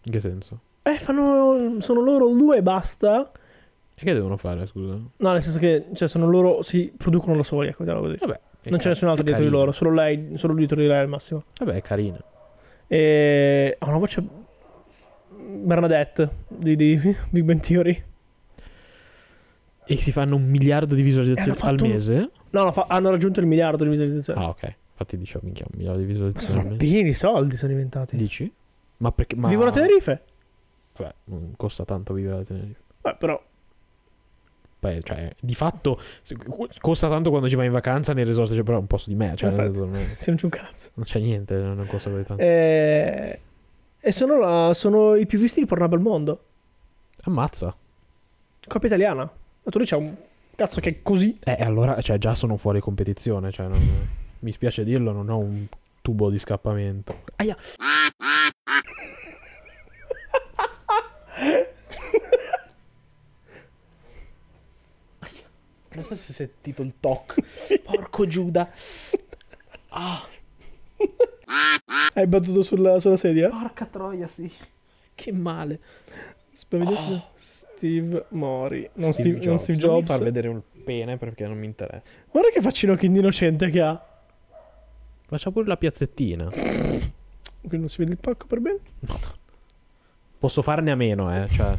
In che senso? Eh, fanno. Sono loro due e basta. E che devono fare, scusa? No, nel senso che, cioè, sono loro. Si producono da soli, ecco, diciamo così. Vabbè. è Non c'è car- nessun altro Eh, è dietro carina. di loro, solo lei, solo lui dietro di lei al massimo. Vabbè, è carina. E ha una voce Bernadette di, di Big Bang Theory. E si fanno un miliardo di visualizzazioni Eh, hanno al fatto un- mese? No, no, fa- hanno raggiunto il miliardo di visualizzazioni. Ah, ok. Infatti dicevo, minchia, un miliardo di Ma visualizzazioni al sono mese. pieni di soldi sono diventati. Dici? Ma perché... Ma... Vivono a Tenerife. Vabbè, non costa tanto vivere a Tenerife. Beh, però Beh, cioè, di fatto se- cu- costa tanto quando ci vai in vacanza nei resort, cioè, però è un posto di me, cioè, nel Infatti. senso, non, se non c'è un cazzo. non c'è niente, non costa così Eh. tanto. E, e sono, la- sono i più visti di Pornhub al mondo. Ammazza. Coppia italiana. Ma tu lì c'è un cazzo che è così. Eh, allora, cioè, già sono fuori competizione, cioè, non- mi spiace dirlo, non ho un tubo di scappamento. Aia! Non so se hai sentito il toc. Porco Giuda. Hai battuto sulla, sulla sedia? Porca troia, sì. Che male. Spaventissimo. Steve Mori. Non Steve, Steve non Jobs. Steve Non mi Jobs. far vedere un pene perché non mi interessa. Guarda che faccino che innocente che ha. Faccia pure la piazzettina. Qui non si vede il pacco per bene. Posso farne a meno, eh. Cioè,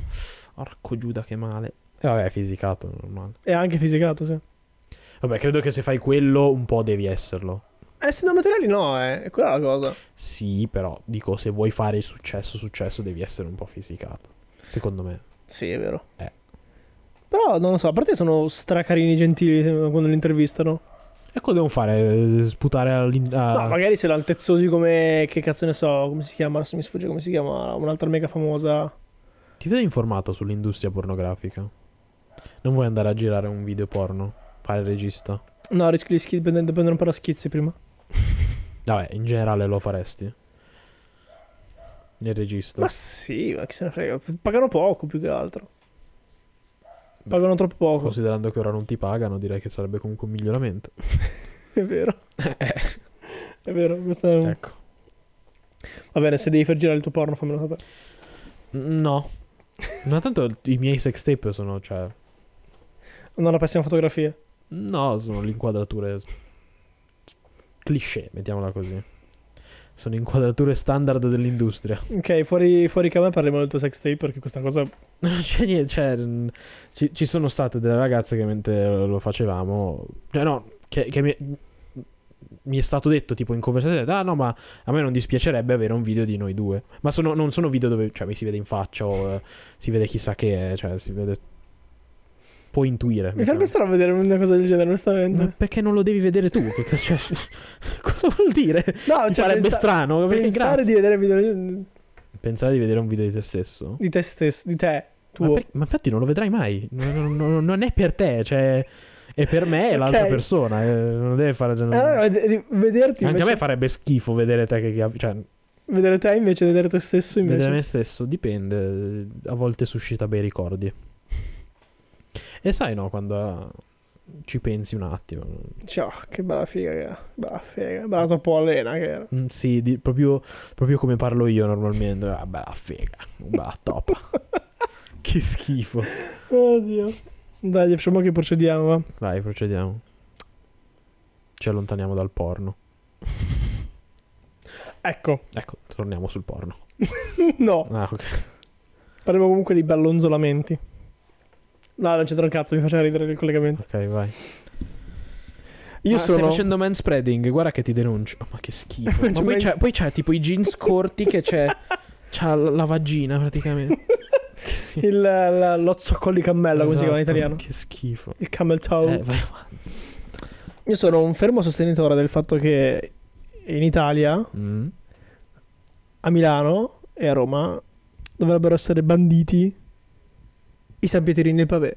arco Giuda, che male. E vabbè, è fisicato, normale. È anche fisicato, sì. Vabbè, credo che se fai quello un po' devi esserlo. Essendo materiali no, eh. È quella la cosa. Sì, però dico, se vuoi fare il successo, successo, devi essere un po' fisicato. Secondo me. Sì, è vero. Eh. Però non lo so, a parte sono stracarini gentili se- quando li intervistano. E cosa devo fare? Eh, Sputare No, all'interno. magari se l'altezzosi come. Che cazzo ne so, come si chiama? Adesso mi sfugge come si chiama. Un'altra mega famosa. Ti vedo informato sull'industria pornografica. Non vuoi andare a girare un video porno? Fare il regista? No, rischi di schi- prendere prendere un po' la schizzi prima. Vabbè, in generale lo faresti. Il regista. Ma sì, ma chi se ne frega. Pagano poco più che altro. Pagano troppo poco, Considerando che ora non ti pagano, direi che sarebbe comunque un miglioramento. è vero. è vero, questo è un... Ecco. Va bene, se devi far girare il tuo porno fammelo sapere. No. Ma tanto i miei sextape sono, cioè... Non la pessima fotografia. No, sono le inquadrature... s- Cliché, mettiamola così. Sono inquadrature standard dell'industria. Ok, fuori, fuori camera parliamo del tuo sex tape perché questa Eh, cosa... Non c'è niente, cioè... n- Ci, ci sono state delle ragazze che mentre lo facevamo... Cioè no, che, che mi... Mi è stato detto tipo in conversazione, ah no, ma a me non dispiacerebbe avere un video di noi due. Ma sono- non sono video dove cioè, mi si vede in faccia o eh, si vede chissà che, eh, cioè si vede... Puoi intuire. Mi farebbe mettiamola. strano vedere una cosa del genere, onestamente. Ma perché non lo devi vedere tu? Che cazzo- cioè, cosa vuol dire? Mi No, cioè, farebbe pensa- strano. perché pensare grazie. di vedere video Pensare di vedere un video di te stesso. di te stesso, di te, Ma, tuo. per- ma infatti non lo vedrai mai. Non, non- non- non è per te, cioè, è per me e Ok. l'altra persona. eh, non deve fare. non- Allora, ved- Ah, ri- Anche vederti a me invece, farebbe schifo vedere te che. che- Cioè, vedere te invece, vedere te stesso invece. vedere me stesso dipende. eh, A volte suscita bei ricordi. E sai, no, quando eh, ci pensi un attimo. Ciao, che bella figa che ha. Bella figa, bella tua polena che era. Mm, Sì, di- proprio, proprio come parlo io normalmente. Ah, bella fega, bella toppa. che schifo. Oddio. Dai, facciamo che procediamo, va. Vai, procediamo. Ci allontaniamo dal porno. Ecco, Ecco, torniamo sul porno. no, Ah, ok. parliamo comunque di ballonzolamenti. No, non c'entra un cazzo, mi faceva ridere il collegamento. Ok, vai. Io Ah, Ma Stai sono... facendo manspreading, guarda che ti denuncio. Oh, ma che schifo. ma Non c'è poi, mai- c'è, poi c'è tipo i jeans corti che c'è. C'ha la, la vagina praticamente. Sì. Il, la- lo zocco di cammello, come si chiama in Esatto, italiano? Oh. Che schifo. Il camel toe. Eh, vai. Io sono un fermo sostenitore del fatto che in Italia, Mm. a Milano e a Roma, dovrebbero essere banditi i sanpietrini e il pavè.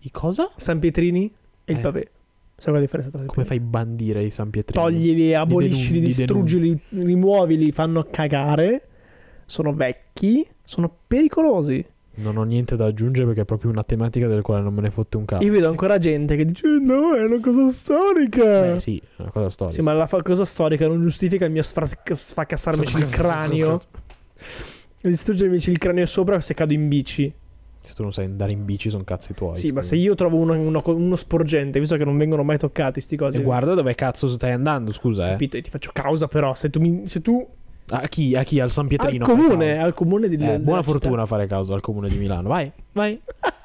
I cosa? San Pietrini e il Eh. pavè. Sai qual è la differenza tra i Come fai a bandire i San Pietrini? Toglili, aboliscili, denun- li distruggili, rimuovili, fanno cagare. Sono vecchi, sono pericolosi. Non ho niente da aggiungere perché è proprio una tematica del quale non me ne fotte un cazzo. Io vedo ancora gente che dice: "Eh, No, è una cosa storica. Beh, Eh, sì, è una cosa storica. Sì, ma la fa- cosa storica non giustifica il mio sfra- sfaccassarmi il cranio. E Distruggermi il cranio sopra se cado in bici. Se tu non sai andare in bici, sono cazzi tuoi. Sì, ma se io trovo uno, uno- uno sporgente, visto che non vengono mai toccati sti E cose, guarda dove cazzo stai andando, scusa, eh. capito? E ti faccio causa però, se tu, mi, se tu A chi? A chi? Al San al Pietrino. comune, al comune del, Eh, della buona città. fortuna a fare causa al comune di Milano. Vai, vai,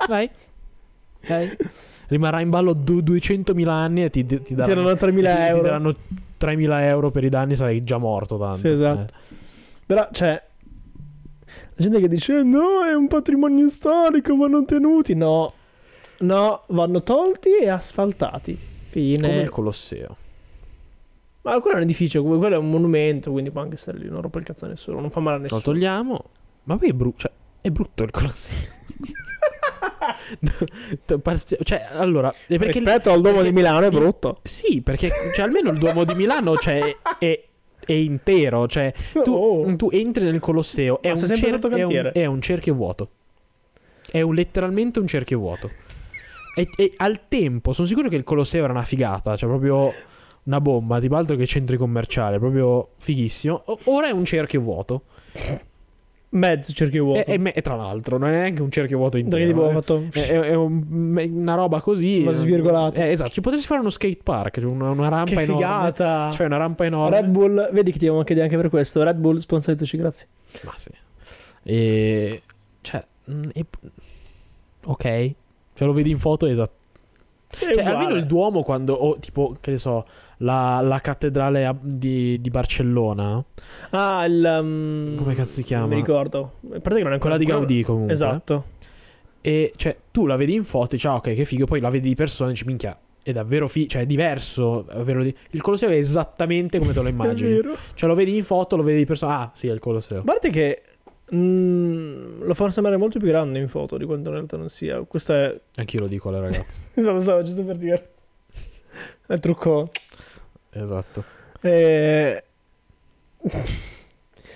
vai. Vai. Rimarrà in ballo du- 200.000 anni e ti, ti, ti Ti daranno, danno 3000 ti- ti euro. daranno 3.000 euro per i danni, sarai già morto tanto. Eh. Sì, esatto. Però, cioè, la gente che dice: "Eh, No, è un patrimonio storico, vanno tenuti. No, no, vanno tolti e asfaltati. Eh, Come Fine. il Colosseo. Ma quello è un edificio, que- quello è un monumento, quindi può anche stare lì. Non rompo il cazzo a nessuno, non fa male a Lo nessuno. togliamo. Ma poi è brutto. Cioè, è brutto il Colosseo. No, parzi- cioè, allora. è Perché Rispetto al Duomo perché- di Milano è brutto. Sì, perché cioè, almeno il Duomo di Milano cioè, è, è intero. Cioè, tu, Oh. tu entri nel Colosseo, è Ma un, sei sempre cer- sotto è un- cantiere. è un cerchio vuoto. È un- letteralmente un cerchio vuoto. E, e al tempo, sono sicuro che il Colosseo era una figata, cioè proprio una bomba, tipo altro che centri commerciali, proprio fighissimo. O- Ora è un cerchio vuoto. mezzo cerchio vuoto. E, e me- e tra l'altro, non è neanche un cerchio vuoto Perché tipo intero. ho eh. fatto... È, è- è un- è una roba così. Ma svirgolata. Eh, esatto, ci potresti fare uno skate park, cioè una, una rampa che enorme. figata! Ci fai una rampa enorme. Red Bull, vedi che ti devo anche dire anche per questo. Red Bull sponsorizzaci, grazie. Ma sì. E. Cioè. mm, e- Ok. Cioè, lo vedi in foto, esatto. Cioè, almeno il Duomo quando. O tipo, che ne so, la, la cattedrale a- di, di Barcellona. Ah, il. um, Come cazzo si chiama? Non mi ricordo. A parte che non è ancora Quella di ancora- Gaudì, comunque. Esatto. E cioè, tu la vedi in foto e dici, ah, ok, che figo. Poi la vedi di persona e dici, minchia, è davvero figo. Cioè, è diverso. è davvero di- Il Colosseo è esattamente come te lo È immagini. vero. cioè, lo vedi in foto, lo vedi di persona. Ah, sì, è il Colosseo. A parte che. mm, lo fanno sembrare molto più grande in foto di quanto in realtà non sia. Questo è. Anch'io lo dico alle ragazze. Esatto, stavo giusto per dire. È il trucco. esatto. Eh,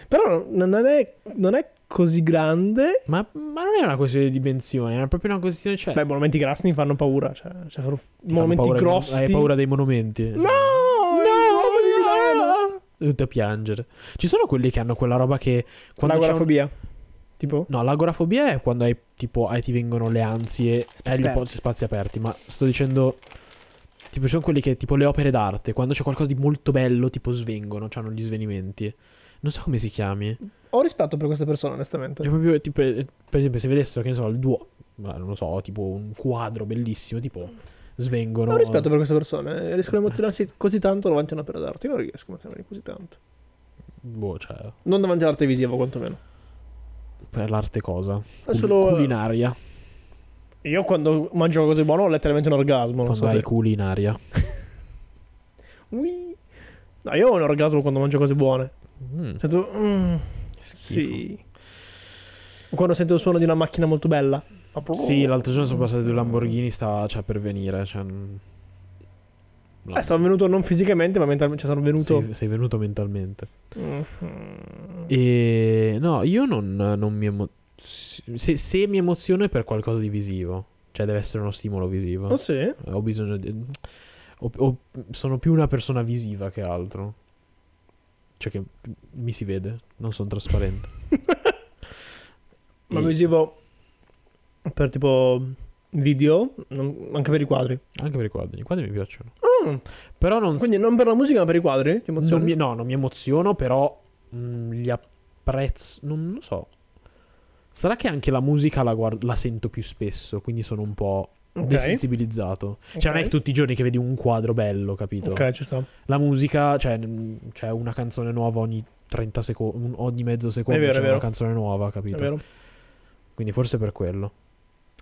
Però non è, non è così grande. Ma, ma non è una questione di dimensioni, è proprio una questione. Cioè, Beh, i monumenti grassi fanno paura. Cioè, cioè fanno Ti fanno monumenti paura- grossi. Hai paura dei monumenti? No! No! Tutti a piangere. Ci sono quelli che hanno quella roba che. Quando diciamo c'è un- L'agorafobia. Tipo? No, l'agorafobia è quando hai, tipo, hai- ti vengono le ansie e gli aperti. posti spazi aperti. Ma sto dicendo. Tipo, ci sono quelli che, tipo, le opere d'arte, quando c'è qualcosa di molto bello, tipo, svengono, hanno gli svenimenti. Non so come si chiami. Ho rispetto per questa persona, onestamente. Cioè, proprio, tipo, eh, per esempio, se vedessero, che ne so, il duo. ma non lo so, tipo, un quadro bellissimo, tipo, svengono. Ho Mm. rispetto per queste persone. eh, Riescono a emozionarsi così tanto davanti a un'opera d'arte. Io non riesco a emozionarmi così tanto. Boh, cioè, Non davanti all'arte visiva, quantomeno. per l'arte cosa? È Cul- solo. culinaria. Io quando mangio cose buone ho letteralmente un orgasmo. Non Quando so hai i se... culi in aria. Ui. No, io ho un orgasmo quando mangio cose buone. Mm, Sento. mm, schifo. sì. O Quando sento il suono di una macchina molto bella. Sì, l'altro giorno sono passato due Lamborghini, stava cioè, per venire. Cioè, n- no. Eh, sono venuto non fisicamente, ma mentalmente. Cioè, sono venuto. Sei, sei venuto mentalmente. Mhm. E no, io non, non mi emoziono. Se, se mi emoziono è per qualcosa di visivo. Cioè, deve essere uno stimolo visivo. Oh, sì? Eh, Ho bisogno di. ho- ho- sono più una persona visiva che altro. Cioè, che mi si vede, non sono trasparente. Ma E- visivo per tipo video, non- anche per i quadri. Anche per i quadri. I quadri mi piacciono. Però non, Mm. Quindi non per la musica, ma per i quadri? Ti Non emozioni? mi- no, non mi emoziono, però mm, li apprezzo. Non lo so. Sarà che anche la musica la, guard- la sento più spesso, quindi sono un po' Ok. desensibilizzato. Cioè, non è Ok. che tutti i giorni che vedi un quadro bello, capito? Ok, ci sta. La musica, cioè, mm, c'è una canzone nuova ogni 30 secondi, ogni mezzo secondo vero, è c'è una vero. canzone nuova, È capito? vero. Quindi forse per quello.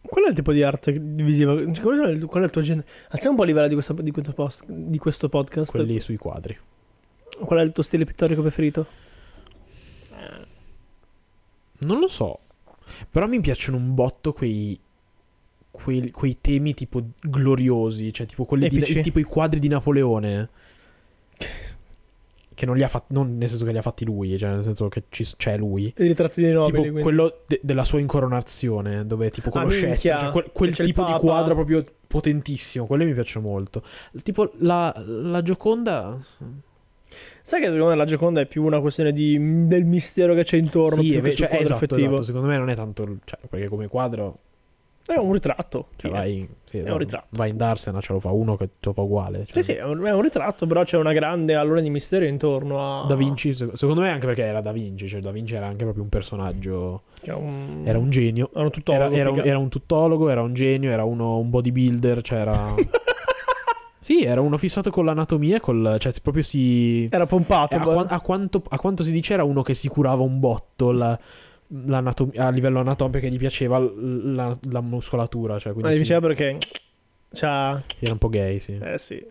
Qual è il tipo di arte visiva? Cioè, qual, è il, qual è il tuo genere? Alziamo un po' il livello di, questa- di questo, post- di questo podcast. Quelli sui quadri. Qual è il tuo stile pittorico preferito? Non lo so. Però mi piacciono un botto quei. Quei, quei temi tipo gloriosi, cioè tipo quelli di, Epici. tipo i quadri di Napoleone. Che non li ha fatti. Non nel senso che li ha fatti lui, cioè nel senso che ci- c'è lui. I ritratti di nobili. tipo quindi. quello de- della sua incoronazione, dove tipo con Ah, lo scettro, minchia, cioè quel, quel che c'è il tipo di Papa. quadro proprio potentissimo. Quello mi piace molto. Tipo la, la Gioconda. Sai che secondo me la Gioconda è più una questione di, del mistero che c'è intorno. Sì, più è che ve- sul cioè, quadro esatto, effettivo. esatto, secondo me non è tanto. Cioè, perché come quadro È un ritratto. Cioè, fine. vai, sì, eh. un no, ritratto. vai in Darsena, ce lo fa uno che te lo fa uguale. Sì, cioè. sì, è un, è un ritratto, però c'è una grande allora di mistero intorno a. Da Vinci, se- secondo me, anche perché era Da Vinci, cioè Da Vinci era anche proprio un personaggio, Cioè, un- era un genio. Era un tuttologo. Era, era un, figa. era un tuttologo, era un genio, era uno, un bodybuilder, cioè era... sì, era uno fissato con l'anatomia, e col, cioè proprio si... Era pompato. A, boh. quan- a quanto, a quanto si dice era uno che si curava un botto la- l'anatom- a livello anatomico che gli piaceva l- la, la muscolatura, cioè Ma quindi Ah, gli sì, diceva perché. C'ha. era un po' gay, sì, Eh sì.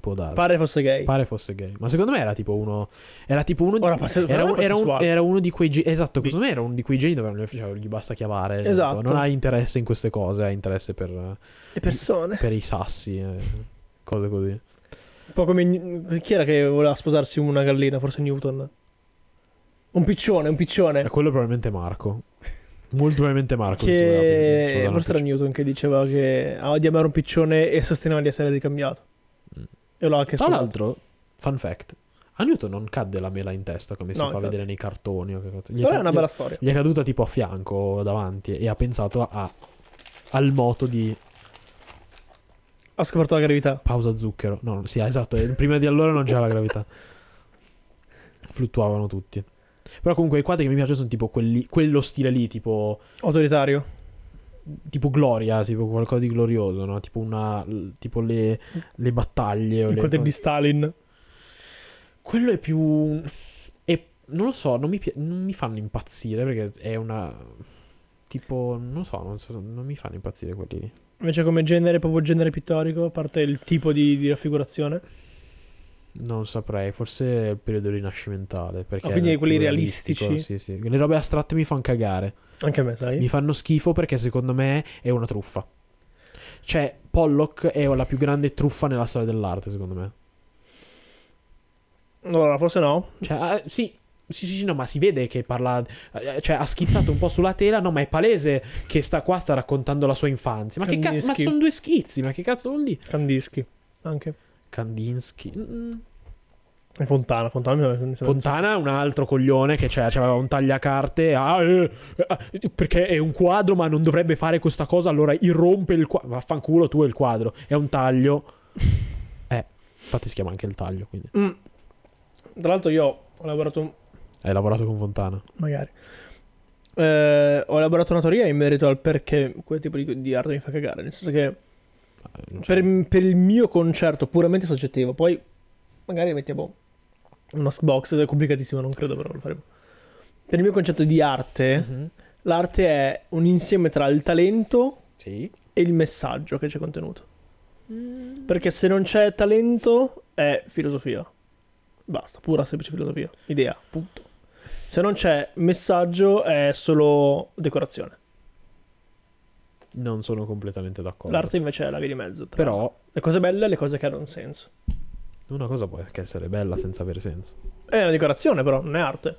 può darsi. Pare fosse gay. pare fosse gay. Ma secondo me era tipo uno. Era tipo uno. di- Ora passa- era, un- ora era un- passuale. era uno di quei geni. Esatto, secondo me era uno di quei geni dove non gli, cioè, gli basta chiamare. Esatto. tipo, non ha interesse in queste cose, ha interesse per, Le persone. per i sassi. eh, cose così. Un po' come. Chi era che voleva sposarsi una gallina? Forse Newton. Un piccione, un piccione. E quello è probabilmente Marco. Molto probabilmente Marco. che si voleva prendere- Eh. Che sposare forse era una Newton che diceva che "Ah, amava di amare un piccione e sosteneva di essere ricambiato. Mm. E l'ho anche Tra sposato. l'altro, fun fact. A Newton non cadde la mela in testa come si No, fa infatti. vedere nei cartoni. o che cosa. Gli Però è ca- una bella storia. Gli è caduta tipo a fianco o davanti e ha pensato a- al moto di Ho scoperto la gravità. pausa zucchero. No, sì, esatto. eh, Prima di allora non c'era la gravità. Fluttuavano tutti. Però comunque i quadri che mi piacciono sono tipo quelli, quello stile lì, tipo, Autoritario. tipo gloria, tipo qualcosa di glorioso, no? Tipo, una, l- tipo le, le battaglie. O In le quei cose- tempi Stalin. Quello è più... E non lo so, non mi, pi- non mi fanno impazzire perché è una... Tipo, non lo so, non, so, non mi fanno impazzire quelli lì. Invece come genere, proprio genere pittorico, a parte il tipo di, di raffigurazione. Non saprei, forse è il periodo rinascimentale. Perché Ah, quindi è quelli più realistico, realistici? Sì, sì. Le robe astratte mi fanno cagare. Anche a me, sai? Mi fanno schifo perché secondo me è una truffa. Cioè, Pollock è la più grande truffa nella storia dell'arte, secondo me. Allora, forse no. Cioè, ah, sì. Sì, sì, sì, no, ma si vede che parla. eh, Cioè, ha schizzato un po' sulla tela. No, ma è palese che sta qua, sta raccontando la sua infanzia. Ma che Kandinsky. cazzo? Ma sono due schizzi, ma che cazzo vuol dire? Kandinsky. Anche. Kandinsky. mm. E Fontana. Fontana mi mi sa- Fontana è un altro coglione che c'è- c'aveva un tagliacarte. ah, eh, eh, perché è un quadro, ma non dovrebbe fare questa cosa. Allora irrompe il quadro. Vaffanculo, tu e il quadro. È un taglio. Eh, infatti si chiama anche il taglio. Quindi. Mm. Tra l'altro io ho lavorato un- Hai lavorato con Fontana. Magari. Eh, ho elaborato una teoria in merito al perché quel tipo di, di arte mi fa cagare. Nel senso che Eh, non c'è- per, per il mio concerto puramente soggettivo, poi magari mettiamo una box è complicatissimo, non credo però lo faremo. Per il mio concetto di arte, Mhm. l'arte è un insieme tra il talento Sì. e il messaggio che c'è contenuto. Perché se non c'è talento è filosofia. Basta, pura semplice filosofia. Idea, punto. Se non c'è messaggio è solo decorazione. Non sono completamente d'accordo. L'arte invece è la via di mezzo. Tra Però le cose belle e le cose che hanno un senso. una cosa può anche essere bella senza avere senso. È una decorazione però, non è arte.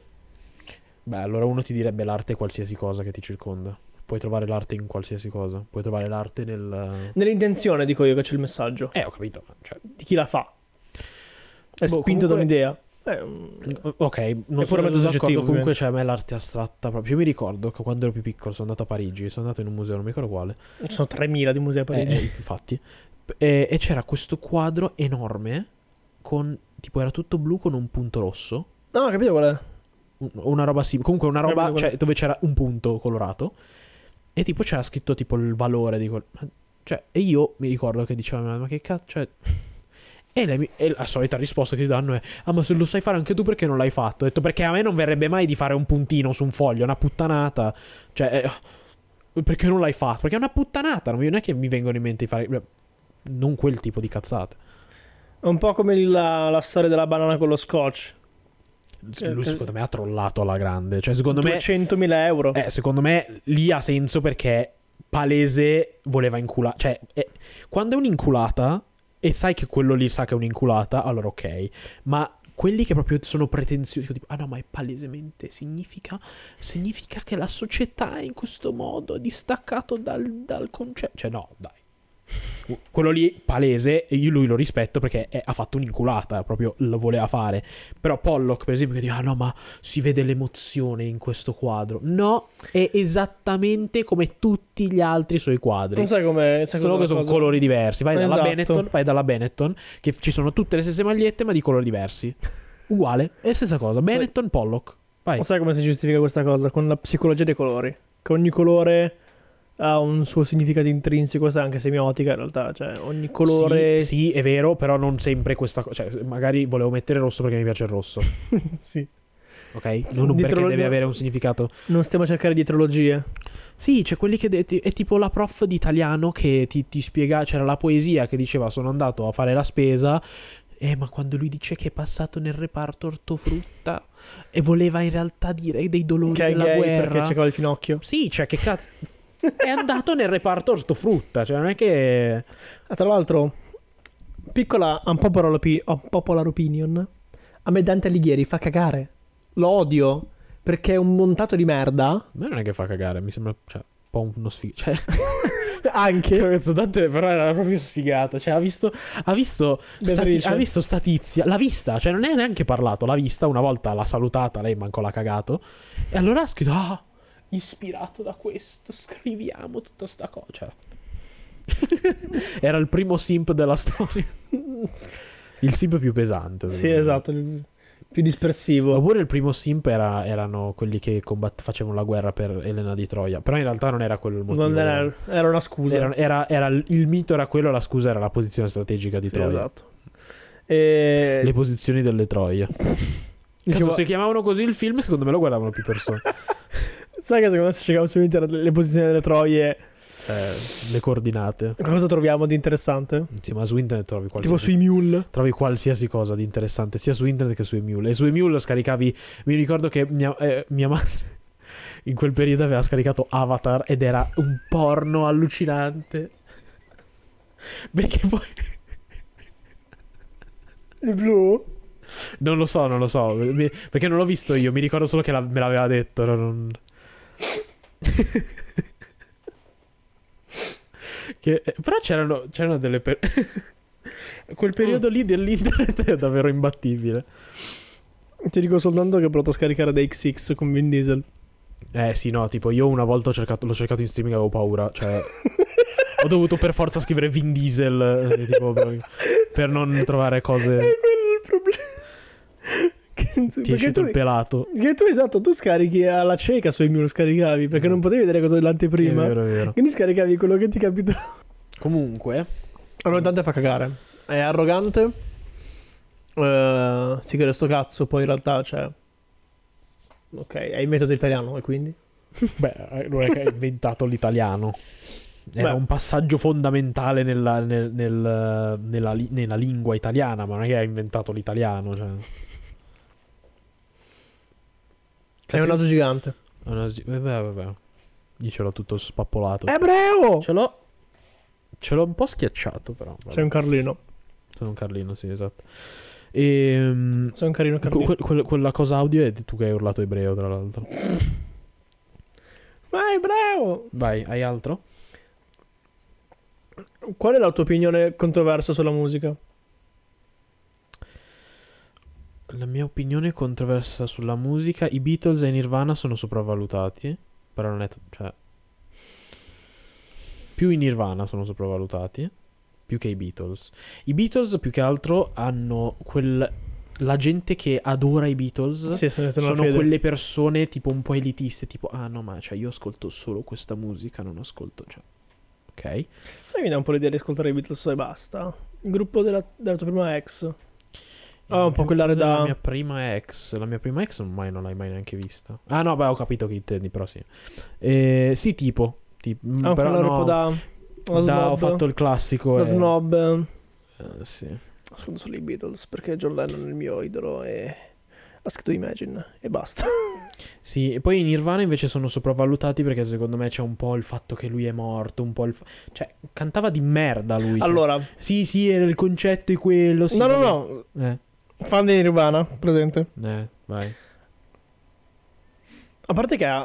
Beh, allora uno ti direbbe l'arte è qualsiasi cosa che ti circonda. Puoi trovare l'arte in qualsiasi cosa. Puoi trovare l'arte nel. Nell'intenzione dico io che c'è il messaggio. Eh, ho capito. Cioè, Di chi la fa. È Boh, comunque- spinto da un'idea. È un- Mm, O- Ok, non È sono puramente d'accordo, soggettivo, Comunque, cioè, a me l'arte astratta proprio. Io mi ricordo che quando ero più piccolo sono andato a Parigi, sono andato in un museo, non mi ricordo quale. Ci sono 3.000 di musei a Parigi. Eh, infatti. E, e c'era questo quadro enorme con tipo era tutto blu con un punto rosso. No, ho capito qual è. Un- Una roba simile. Comunque una roba Capito quello. cioè, dove c'era un punto colorato. E tipo c'era scritto tipo il valore di quel. ma- Cioè, e io mi ricordo che diceva, ma ma che cazzo. Cioè. E, lei mi- e la solita risposta che ti danno è: Ah, ma se lo sai fare anche tu, perché non l'hai fatto? Ho detto perché a me non verrebbe mai di fare un puntino su un foglio, è una puttanata. Cioè, eh, perché non l'hai fatto? Perché è una puttanata. Non mi- non è che mi vengono in mente di fare. beh, Non quel tipo di cazzate. È un po' come la, la storia della banana con lo scotch. Eh, Lui, eh. secondo me, ha trollato alla grande. Cioè, secondo me. 200.000 euro. Eh, secondo me lì ha senso perché palese voleva inculare. Cioè, eh, quando è un'inculata e sai che quello lì sa che è un'inculata, allora ok. Ma quelli che proprio sono pretenziosi, tipo, ah no, ma è palesemente, significa, significa che la società è in questo modo è distaccato dal, dal concetto. Cioè, no, dai. Quello lì palese, e io lui lo rispetto perché è- ha fatto un'inculata, proprio lo voleva fare. Però Pollock, per esempio, che dice, ah no, ma si vede l'emozione in questo quadro. No, è esattamente come tutti gli altri suoi quadri. Non sai come... sai Solo Esatto, cosa- che sono cosa- colori diversi. Vai dalla, Esatto. Benetton, vai dalla Benetton, che ci sono tutte le stesse magliette, ma di colori diversi. Uguale, è stessa cosa. Benetton, Pollock. Vai. Sai come si giustifica questa cosa? Con la psicologia dei colori. Che ogni colore ha un suo significato intrinseco, questa è anche semiotica in realtà. Cioè, ogni colore... Sì, sì, è vero, però non sempre questa cosa. Cioè, magari volevo mettere rosso perché mi piace il rosso. sì. Ok? Non Dietro perché lo- deve avere un significato. Non stiamo a cercare dietrologie. Sì, c'è quelli che de- ti- è tipo la prof di italiano che ti, ti spiega, c'era la poesia che diceva sono andato a fare la spesa, eh, ma quando lui dice che è passato nel reparto ortofrutta e voleva in realtà dire dei dolori Che è della gay perché guerra. cercava il finocchio. Sì, cioè che cazzo... è andato nel reparto ortofrutta, cioè non è che... Ah, tra l'altro, piccola unpopular, opi- unpopular opinion. A me Dante Alighieri fa cagare. Lo odio. Perché è un montato di merda. A me non è che fa cagare, mi sembra cioè, un po' uno sfigato. Cioè, Che Anche. Lorenzo Dante però era proprio sfigato. Cioè, ha visto, ha visto, Beatrice. sta, ha visto sta tizia, l'ha vista, cioè non ne ha neanche parlato, l'ha vista, una volta l'ha salutata, lei manco l'ha cagato. E allora ha scritto, ah, ispirato da questo, scriviamo tutta sta cosa. Cioè, era il primo simp della storia. Il simp più pesante. Sì, secondo me. esatto. il Più dispersivo. Oppure il primo simp era- erano quelli che combat- facevano la guerra per Elena di Troia. Però in realtà non era quello il motivo. Non era, era una scusa. Era- era- era il il mito era quello, la scusa era la posizione strategica di Sì, Troia. esatto. E... Le posizioni delle Troie. Cazzo, dicevo- se chiamavano così il film, secondo me lo guardavano più persone. Sai che secondo me se cercavo su internet le posizioni delle troie, Eh, le coordinate. cosa troviamo di interessante? Sì, ma su internet trovi qualsiasi Tipo sui mule. Trovi qualsiasi cosa di interessante, sia su internet che su Emule. E su Emule scaricavi. Mi ricordo che mia, eh, mia madre in quel periodo aveva scaricato Avatar ed era un porno allucinante. Perché poi. Il blu? Non lo so, non lo so. mi- perché non l'ho visto io, mi ricordo solo che la- me l'aveva detto. no, non- Che- eh, però c'erano, c'erano delle. per- Quel periodo lì dell'internet è davvero imbattibile. Ti dico soltanto che ho provato a scaricare da XX con Vin Diesel. Eh sì, no, tipo io una volta ho cercato- l'ho cercato in streaming e avevo paura, cioè ho dovuto per forza scrivere Vin Diesel eh, tipo, per, per non trovare Eh, quello cose è il problema. Che- ti è perché uscito tu, il pelato. che tu, esatto, tu scarichi alla cieca sui mule, scaricavi, perché non potevi vedere cosa Eh. È dell'anteprima. vero, è vero. Quindi scaricavi quello che ti capitava. Comunque, Allora, intanto fa cagare. È arrogante. Eh, si crede sto cazzo, poi in realtà, cioè... Ok, è il metodo italiano, e quindi? beh, eh, non è che ha inventato l'italiano. Era Beh. un passaggio fondamentale nella, nel- nel- nella li- nella lingua italiana, ma non è che ha inventato l'italiano. Cioè. È un naso gigante. È una- eh, Vabbè, vabbè. Io ce l'ho tutto spappolato. Eh, Ebreo! Ce l'ho. Ce l'ho un po' schiacciato, però. vabbè. Sei un Carlino. Sono un Carlino, sì, esatto. Ehm, Sei un carino Carlino. que- que- quella- quella cosa audio è di tu che hai urlato ebreo, tra l'altro. Ma è ebreo! Vai, hai altro? Qual è la tua opinione controversa sulla musica? La mia opinione controversa sulla musica. I Beatles e Nirvana sono sopravvalutati. Però non è. t- cioè. Più i Nirvana sono sopravvalutati. Più che i Beatles. I Beatles, più che altro, hanno quel. La gente che adora i Beatles. Sì, sono, sono, sono fede. quelle persone tipo un po' elitiste, tipo ah no, ma cioè, io ascolto solo questa musica, non ascolto, cioè Ok? Sai che dà un po' l'idea di ascoltare i Beatles e basta? Il gruppo della, della tua prima ex. Ah, un po' quell'area da- La mia prima ex, la mia prima ex ormai non l'hai mai neanche vista. Ah no, beh, ho capito che intendi, però sì. Eh, sì, tipo, tipo mm, Ah, però quella no, roba da... da da- ho snob. fatto il classico Da e- snob. eh, sì. Ascolto solo i Beatles perché John Lennon è il mio idolo e... Ha scritto Imagine e basta. Sì, e poi i Nirvana invece sono sopravvalutati perché secondo me c'è un po' il fatto che lui è morto, un po' il fa- cioè cantava di merda lui. cioè. Allora, Sì, sì, era il concetto è quello, sì. no, no, vabbè. no. Eh. Fan di Nirvana, presente. Eh, vai. A parte che ha,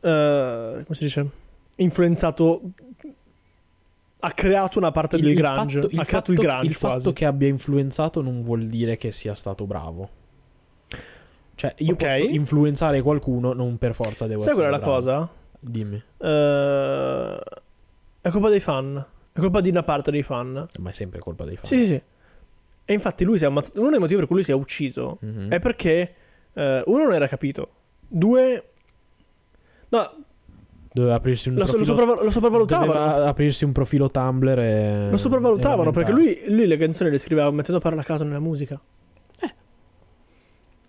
eh, come si dice, influenzato, ha creato una parte del grunge, fatto- ha creato il fatto- grunge il quasi. fatto che abbia influenzato non vuol dire che sia stato bravo. Cioè, io Ok. posso influenzare qualcuno, non per forza devo Sai essere qual è la bravo. cosa? Dimmi. Eh, è colpa dei fan, è colpa di una parte dei fan. Ma è sempre colpa dei fan. Sì, sì, sì. E infatti lui si è ammazzato, uno dei motivi per cui lui si è ucciso Mhm. è perché, eh, uno, non era capito, due, no, Doveva aprirsi un lo, so- lo profilo... sopravval- lo sopravvalutavano. doveva aprirsi un profilo Tumblr e... Lo sopravvalutavano e perché lui, lui le canzoni le scriveva mettendo parole a caso nella musica. Eh.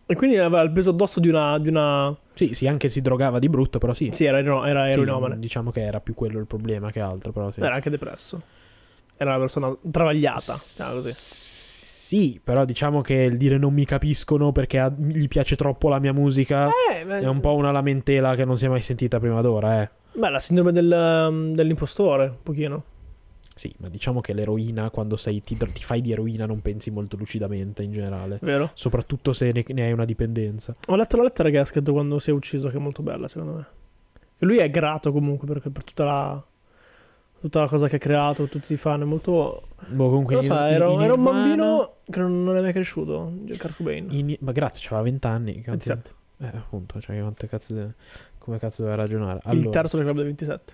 E quindi aveva il peso addosso di una. Di una... Sì, sì, anche si drogava di brutto, però sì. Sì, era, ero- era Sì, eroinomane. diciamo che era più quello il problema che altro, però sì. Era anche depresso. Era una persona travagliata. diciamo così. Sì, però diciamo che il dire non mi capiscono perché a- gli piace troppo la mia musica Eh, beh, è un po' una lamentela che non si è mai sentita prima d'ora, eh. Beh, la sindrome del, um, dell'impostore, un pochino. Sì, ma diciamo che l'eroina, quando sei, ti, dro- ti fai di eroina, non pensi molto lucidamente in generale. Vero? Soprattutto se ne, ne hai una dipendenza. Ho letto la lettera che ha scritto quando si è ucciso, che è molto bella, secondo me. E lui è grato comunque per, per tutta la. tutta la cosa che ha creato, tutti i fan, è molto... Boh, comunque. non lo in- so, in- ero, in ero un Nirvana- bambino che non, non è mai cresciuto, Kurt Cobain. in- ma grazie, c'aveva 20 anni. che- 27. Eh, appunto, cioè, quante cazzo deve- come cazzo doveva ragionare? Il Allora, terzo del club dei 27.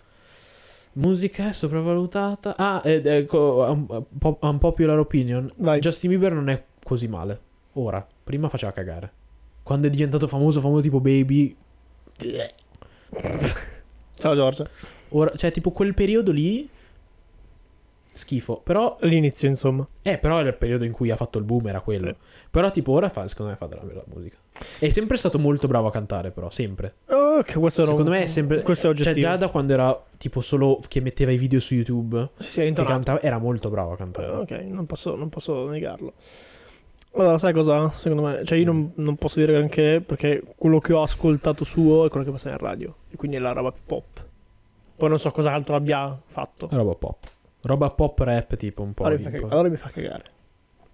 musica è sopravvalutata. Ah, ed ecco, un, po- un popular opinion. Vai. Justin Bieber non è così male. Ora, prima faceva cagare. Quando è diventato famoso, famoso tipo baby. Ciao Giorgia. Ora, cioè, tipo quel periodo lì. Schifo. Però, L'inizio, insomma. eh, però era il periodo in cui ha fatto il boom, era quello. Sì. Però, tipo, ora fa, secondo me, fa della bella musica. È sempre stato molto bravo a cantare, però, sempre. Oh, che questo era Secondo un- me è sempre. Questo è cioè, oggettivo. già da quando era tipo solo che metteva i video su YouTube. Sì, sì, è Che intonato. cantava, era molto bravo a Eh, cantare. Ok, non posso, non posso negarlo. Allora, sai cosa? Secondo me, cioè io non, non posso dire granché perché quello che ho ascoltato suo è quello che passa in radio. E quindi è la roba più pop. Poi non so cos'altro abbia fatto. Roba pop. Roba pop rap, tipo un po'. Allora di- mi, fa Ah, un po'- Cioè. cagare, allora mi fa cagare.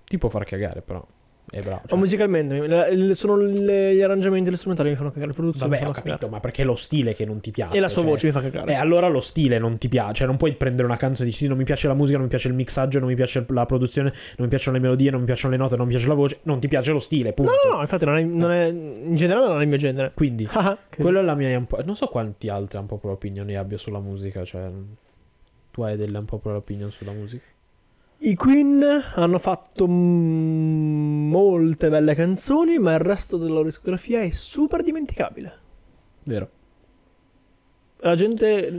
Ti può far cagare, però. È bravo. Ma cioè. musicalmente, mi- le- le- sono le- gli arrangiamenti e le strumentali che mi fanno cagare. Le produzioni Vabbè, mi ho fanno capito, ma perché è lo stile che non ti piace. cagare. E la sua cioè- voce mi fa cagare. Eh, allora lo stile non ti piace. Cioè, non puoi prendere una canzone e dici: sì, Non mi piace la musica, non mi piace il mixaggio, non mi piace la produzione, non mi piacciono le melodie, non mi piacciono le note, non mi piace la voce. Non ti piace lo stile, punto. No, no, infatti non è, non è- in generale non è il mio genere. Quindi, Ah, che- Quella è la mia. impo- Non so quanti altri un po' per opinioni abbia sulla musica. Cioè, tu hai delle un po' per opinion sulla musica. I Queen hanno fatto mm, molte belle canzoni, ma il resto della loro discografia è super dimenticabile. Vero. La gente...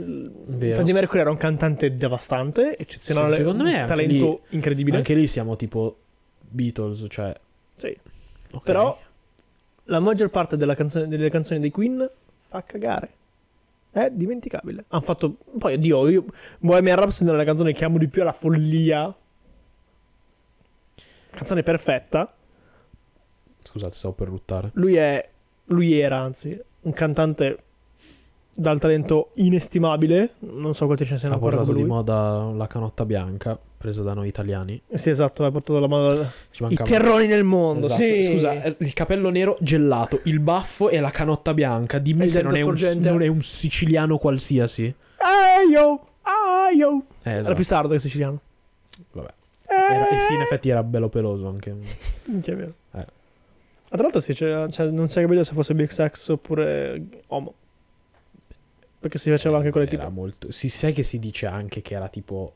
Vero. Freddie Mercury era un cantante devastante, eccezionale, Sì, secondo me un anche talento incredibile. Anche lì siamo tipo Beatles. Cioè, Eh. Sì. ok. Però la maggior parte della canzone- delle canzoni dei Queen fa cagare. È dimenticabile. Hanno fatto... Poi, oddio, io... Bohemian Rhapsody è la canzone che amo di più, è la follia. Canzone perfetta. Scusate, stavo per ruttare. Lui è. Lui era, anzi, un cantante dal talento inestimabile. Non so quanti ce ne siano ha ancora portato come di lui. moda la canotta bianca, presa da noi italiani. Sì, esatto, ha portato la mano. Ci I mancava- terroni nel mondo. Esatto. Sì. Scusa, eh, il capello nero gelato, il baffo e la canotta bianca. Dimmi se Esatto, non è, un, sporgente. non è un siciliano qualsiasi. Ehi yo! Ah yo! Eh, Era esatto. più sardo che siciliano. Vabbè. Era- Eh e sì, in effetti era bello peloso anche. minchia, è vero. Eh. Ma tra l'altro, sì, c'era- cioè, non si è capito se fosse Big Sex oppure Homo. Perché si faceva anche quelle Eh, Era tipo. molto... Si sa che si dice anche che era tipo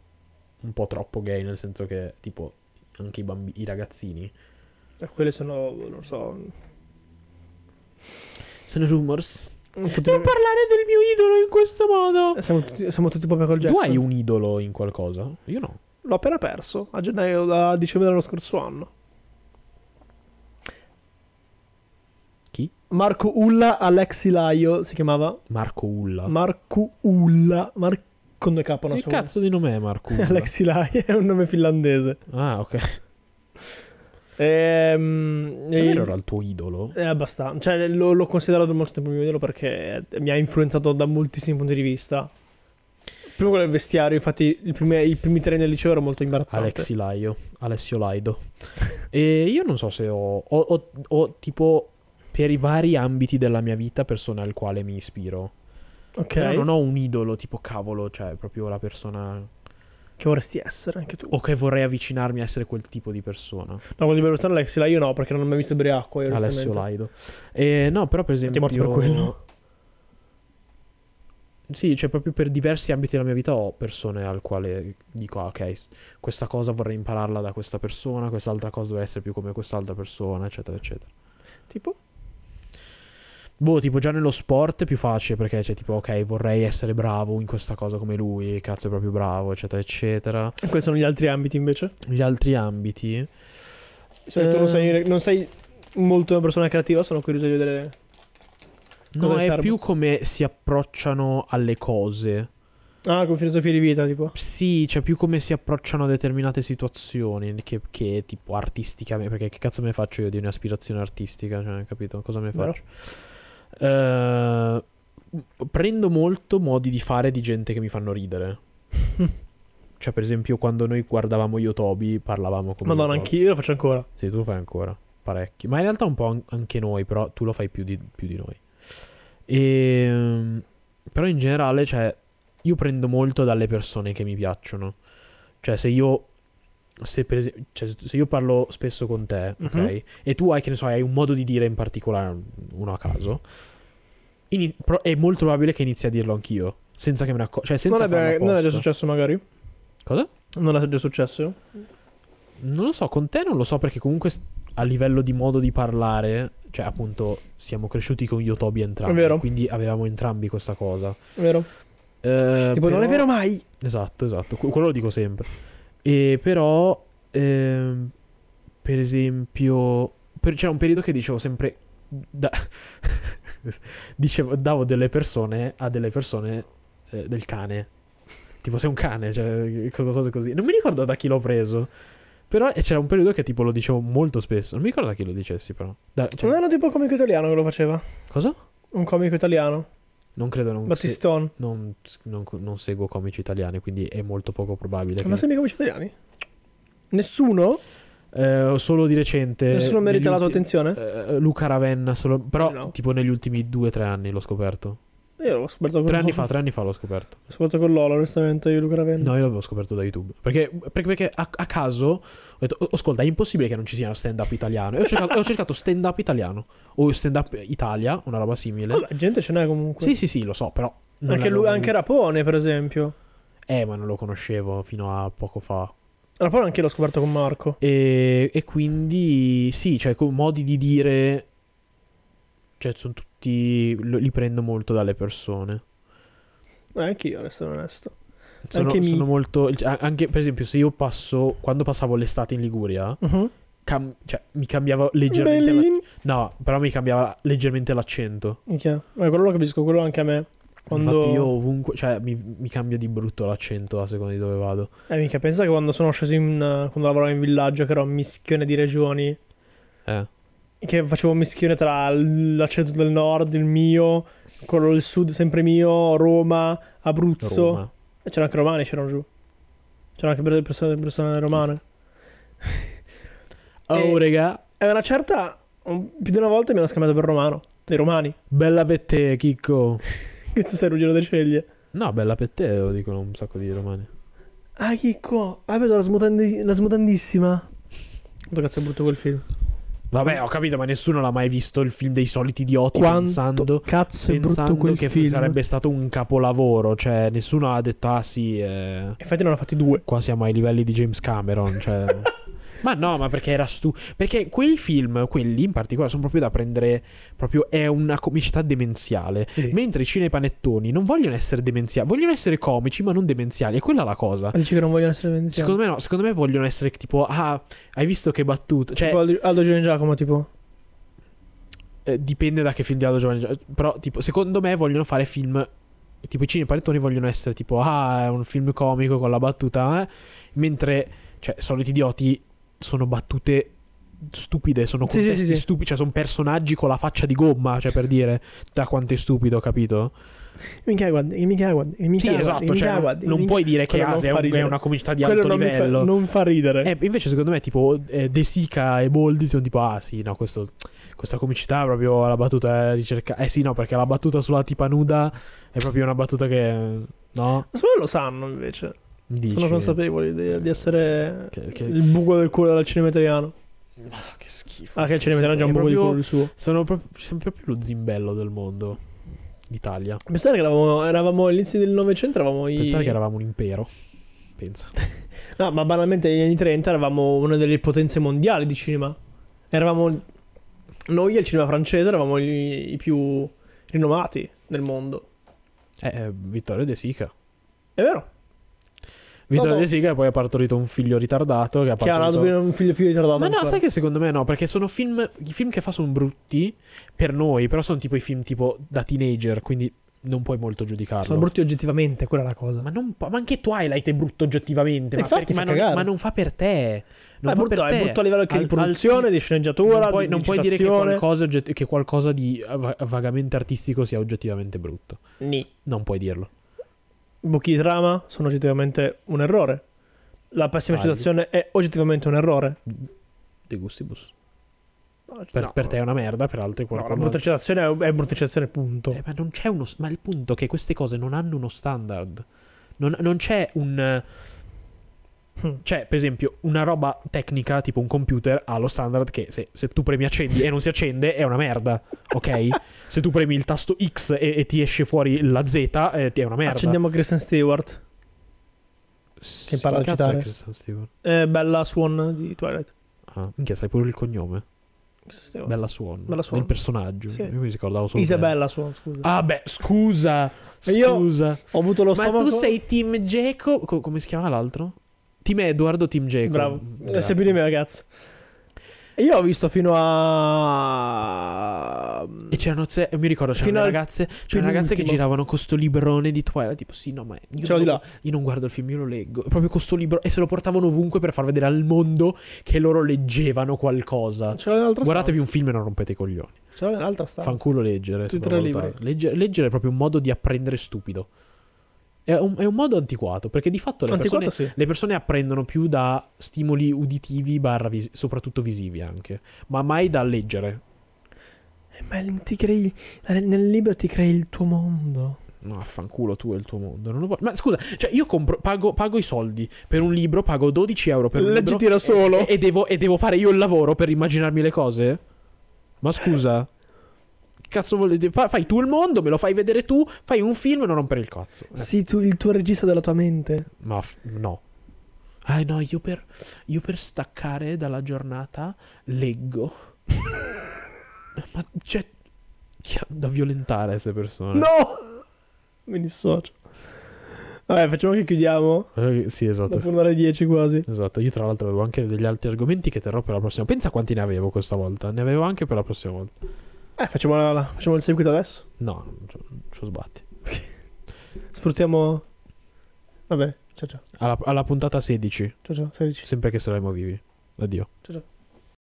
un po' troppo gay, nel senso che tipo anche i, bambi- i ragazzini. eh, Quelle sono, non so. Sono rumors. Tutti, Non parlare del mio idolo in questo modo. siamo, tutti, siamo tutti proprio col Jackson. Tu hai un idolo in qualcosa? Io no. L'ho appena perso a gennaio, a dicembre dello scorso anno. Chi? Marco Ulla Alexi Laio si chiamava. Marco Ulla. Marco Ulla. Mar- con due K, non Ah. che so. cazzo di nome è Marco Ulla? Alexi Laio è un nome finlandese. Ah, ok. Ehm, e- Davvero era il tuo idolo? è abbastanza. Cioè, lo, lo considero per molto tempo il mio idolo perché mi ha influenzato da moltissimi punti di vista. Prima quello del vestiario, infatti, i primi, i primi tre nel liceo ero molto imbarazzante. Alexi Laio. Alessio Laido. e io non so se ho, ho- ho- ho, tipo per i vari ambiti della mia vita persone al quale mi ispiro. Ok. Però non ho un idolo tipo cavolo, cioè proprio la persona. Che vorresti essere anche tu? O che vorrei avvicinarmi a essere quel tipo di persona. No, quello di Berlusconi Alexi Laio no, perché non ho mai visto ubriaco. Io, Alessio onestamente. Laido. Eh, no, però per esempio. Ti è morto per quello. Sì, cioè proprio per diversi ambiti della mia vita ho persone al quale dico, ah, ok, s- questa cosa vorrei impararla da questa persona, quest'altra cosa deve essere più come quest'altra persona, eccetera, eccetera. Tipo? Boh, tipo già nello sport è più facile perché c'è tipo, ok, vorrei essere bravo in questa cosa come lui, cazzo è proprio bravo, eccetera, eccetera. E quali sono gli altri ambiti invece? Gli altri ambiti... Se tu non Eh. sei, non sei molto una persona creativa, sono curioso di vedere. No, Cosa è serve? più come si approcciano alle cose. Ah, con filosofia di vita, tipo. Sì, cioè più come si approcciano a determinate situazioni che, che tipo artisticamente. Perché che cazzo me ne faccio io di un'aspirazione artistica? Cioè, capito? Cosa me ne Vero. faccio? Eh, prendo molto modi di fare di gente che mi fanno ridere. cioè, per esempio, quando noi guardavamo Yotobi, parlavamo come. Madonna, Yotobi. anch'io lo faccio ancora. Sì, tu lo fai ancora parecchio. Ma in realtà un po' an- anche noi, però tu lo fai più di, più di noi. E, però in Ehm, generale, cioè, io prendo molto dalle persone che mi piacciono. Cioè, se io. Se, per esempio, cioè, se io parlo spesso con te, ok? Mhm. E tu hai, che ne so, hai un modo di dire in particolare, uno a caso. ini- pro- è molto probabile che inizi a dirlo anch'io. Senza che me ne accorgo. Cioè, senza Non è, farlo vero- non è già apposta. successo magari? Cosa? Non è già successo? Non lo so, con te non lo so perché comunque s- a livello di modo di parlare, cioè appunto siamo cresciuti con Yotobi entrambi, È vero. quindi avevamo entrambi questa cosa. Vero? Eh, tipo, non è però- vero mai! Esatto, esatto, que- quello lo dico sempre. E però ehm, per esempio per- c'era un periodo che dicevo sempre da- dicevo davo delle persone a delle persone eh, del cane. Tipo sei un cane, cioè co- cose così. Non mi ricordo da chi l'ho preso. Però eh, c'era un periodo che tipo lo dicevo molto spesso. Non mi ricordo da chi lo dicessi però. Da- cioè, Non era tipo un comico italiano che lo faceva? Cosa? Un comico italiano? Oh, Non credo non, se- Battistone. non, non- non seguo comici italiani, quindi è molto poco probabile che Ma sei mica comici italiani? Nessuno? Eh, solo di recente. Nessuno merita la negli tua ulti- attenzione? eh, Luca Ravenna, solo- però No. tipo negli ultimi due o tre anni l'ho scoperto. Io l'ho Eh. scoperto con Tre anni fa, tre anni fa l'ho scoperto. L'ho scoperto con Lola, onestamente, io Luca Ravenna. No, io l'avevo scoperto da YouTube. Perché, perché- perché a, a caso ho detto, "Oh, ascolta, è impossibile che non ci sia uno stand-up italiano. E ho cercato, ho cercato stand-up italiano o stand-up Italia, una roba simile. Vabbè, gente ce n'è comunque. Sì, sì, sì, lo so, però... non anche, l'avevo lui- anche mai- Rapone, per esempio. Eh, ma non lo conoscevo fino a poco fa. Rapone anche io l'ho scoperto con Marco. E, e quindi sì, cioè con modi di dire, cioè sono tutti, lo- li prendo molto dalle persone. Eh, anche io, ad essere onesto. Sono, Anche mi- sono molto, cioè, a- anche per esempio se io passo, quando passavo l'estate in Liguria, Mhm. cam- cioè, mi cambiava leggermente, la- Bellin. no, però mi cambiava leggermente l'accento. Minchia. Ma quello lo capisco, quello anche a me. Quando... Infatti io ovunque, cioè mi, mi cambia di brutto l'accento a seconda di dove vado. Eh, mica, pensa che quando sono sceso in. eh, quando lavoravo in villaggio, che ero un mischione di regioni. Eh. Che facevo un mischione tra l- l'accento del nord, il mio, quello del sud, sempre mio, Roma, Abruzzo. Roma. E c'erano anche romani, c'erano giù. C'erano anche per- persone, persone romane. Oh, E- regà, E una certa. un- più di una volta mi hanno scambiato per romano. Dei romani. bella per te, Chicco. Che tu sei Ruggero delle Ceglie. No, bella per te, lo dicono un sacco di romani. Ah, Chicco. Ah, vedo la, smutandi- la smutandissima. Quanto cazzo è brutto quel film. Vabbè, ho capito, ma nessuno l'ha mai visto il film dei soliti idioti Quanto pensando, cazzo è brutto pensando quel che film. sarebbe stato un capolavoro. Cioè, nessuno ha detto, ah sì, eh, Infatti ne hanno fatti due. qua siamo ai livelli di James Cameron. Cioè... ma no, ma perché era stu... Perché quei film, quelli in particolare, sono proprio da prendere... Proprio è una comicità demenziale. Sì. Mentre i cinepanettoni non vogliono essere demenziali, vogliono essere comici ma non demenziali. E quella è la cosa. Dici che non vogliono essere veneziani. Ah, Secondo me no, secondo me vogliono essere tipo, ah, hai visto che battuta? Cioè, Tipo Aldo, Aldo Giovanni Giacomo, tipo. Eh, dipende da che film di Aldo Giovanni. Gio- Però, tipo, secondo me vogliono fare film. Tipo, i cinepanettoni vogliono essere tipo, ah, è un film comico con la battuta. eh", Mentre, cioè, soliti idioti sono battute stupide. Sono Sì, sì, contesti sì, sì. stupidi. Cioè, sono personaggi con la faccia di gomma. Cioè, per dire, da quanto è stupido, capito? Mica guardi, mica guardi, mica Sì, guardi, esatto. mica Cioè, non- guardi, non mica- puoi dire che quello ah, non è, fa un- è ridere. una comicità di Quello alto non mi fa- livello. non fa ridere. Eh, invece, secondo me, tipo eh, De Sica e Boldi sono tipo, ah sì, no, questo- questa comicità proprio la battuta è ricercata. Eh sì, no, perché la battuta sulla tipa nuda è proprio una battuta che. No? Secondo me lo sanno invece. Dici. Sono consapevoli di, di essere Che- che- il buco del culo del cinema italiano. Ah, che schifo. Ah, che il cinema italiano ha già È un buco di culo proprio- del suo. Sono proprio, sempre più lo zimbello del mondo. L'Italia. Pensare che eravamo, eravamo all'inizio del Novecento, eravamo i. Pensare che eravamo un impero. Pensa. No, ma banalmente negli anni 30 eravamo una delle potenze mondiali di cinema. Eravamo. Noi al cinema francese eravamo gli- i più rinomati nel mondo. Eh, eh, Vittorio De Sica. È vero. Vittorio Dopo- De Sica poi ha partorito un figlio ritardato che ha Che ha partorito... nato un figlio più ritardato. Ma no, ancora. sai che secondo me no, perché sono film. I film che fa sono brutti per noi, però sono tipo i film tipo da teenager, quindi non puoi molto giudicarlo. Sono brutti oggettivamente, quella è la cosa. Ma, non po- ma anche Twilight è brutto oggettivamente. Eh, Ma, perché- infatti ma, fa non, cagare. ma non fa per te. Non Ma è, fa brutto, per è te. brutto a livello anche di Al- produzione, al- di sceneggiatura, non puoi, di, non di puoi dire che citazione. qualcosa, ogget- che qualcosa di eh, va- vagamente artistico sia oggettivamente brutto. Ni. Non puoi dirlo. Buchi di trama sono oggettivamente un errore. La pessima Tagli. citazione è oggettivamente un errore. De gustibus. No, Per, no. per te è una merda, per altri No, la qualcuno... brutta citazione è, è brutta citazione, punto. Eh, ma non c'è uno. s- Ma il punto è che queste cose non hanno uno standard. Non, non c'è un. Hmm. Cioè, per esempio, una roba tecnica, tipo un computer, ha lo standard che se, se tu premi accendi e non si accende è una merda, ok? se tu premi il tasto X e, e ti esce fuori la Z, eh, ti è una merda. Accendiamo Kristen Stewart. S- Che impara a cazzo è citare. Kristen Stewart? Eh, bella Swan di Twilight. Ah, minchia, sai pure il cognome. Kristen Stewart. Bella Swan. Boh. Bella Swan. Il personaggio. Sì. Io mi ricordavo solo. Isabella Swan, scusa. Ah, beh, scusa. Ma io- Scusa. Ho avuto lo Ma stomaco. tu sei team Jacob? co- come si chiama l'altro? Team Edward o team Jacob? Bravo. Eh, Grazie. Sei più di me, ragazzo. E io ho visto fino a. E c'erano, se- mi ricordo, c'erano Fino le al ragazze, c'erano le ragazze che penultimo. giravano con sto librone di Twilight, tipo sì, no, ma io Ce l'ho non, di là. io non guardo il film, io lo leggo. Proprio con sto libro e se lo portavano ovunque per far vedere al mondo che loro leggevano qualcosa. Ce l'ho in un'altra Guardatevi un stanza. film e non rompete i coglioni. Ce l'ho in un'altra stanza. Fanculo leggere. Tutti e tre sopravvalutare. Legge- leggere è proprio un modo di apprendere stupido. È un, è un modo antiquato, perché di fatto le persone Antiquato, sì. Le persone apprendono più da stimoli uditivi, barra visi- soprattutto visivi anche, ma mai da leggere. Eh, Ma ti crei- nel libro ti crei il tuo mondo. No, affanculo tu e il tuo mondo. Non lo voglio. Ma scusa, cioè io compro, pago, pago i soldi per un libro, pago 12 euro per un libro Leggiti da solo. e, e devo, e devo fare io il lavoro per immaginarmi le cose? Ma scusa, che cazzo volete? Fa- fai tu il mondo, me lo fai vedere tu, fai un film e non rompere il cazzo. Eh, Sii tu il tuo regista della tua mente. Ma f- no. Ah no, io per, io per staccare dalla giornata leggo. Ma c'è chi ha da violentare queste persone. No! Mi dissocio. Vabbè, facciamo che chiudiamo. Eh, Sì, esatto. Dopo un'ora e dieci quasi. Esatto, io tra l'altro avevo anche degli altri argomenti che terrò per la prossima. Pensa quanti ne avevo questa volta. Ne avevo anche per la prossima volta. Eh, facciamo, la- la- facciamo il seguito adesso. No, ci ci sbatti. Sfruttiamo. Vabbè, ciao ciao. Alla, alla puntata 16, Ciao ciao, 16. sempre che saremo vivi. Addio. Ciao ciao.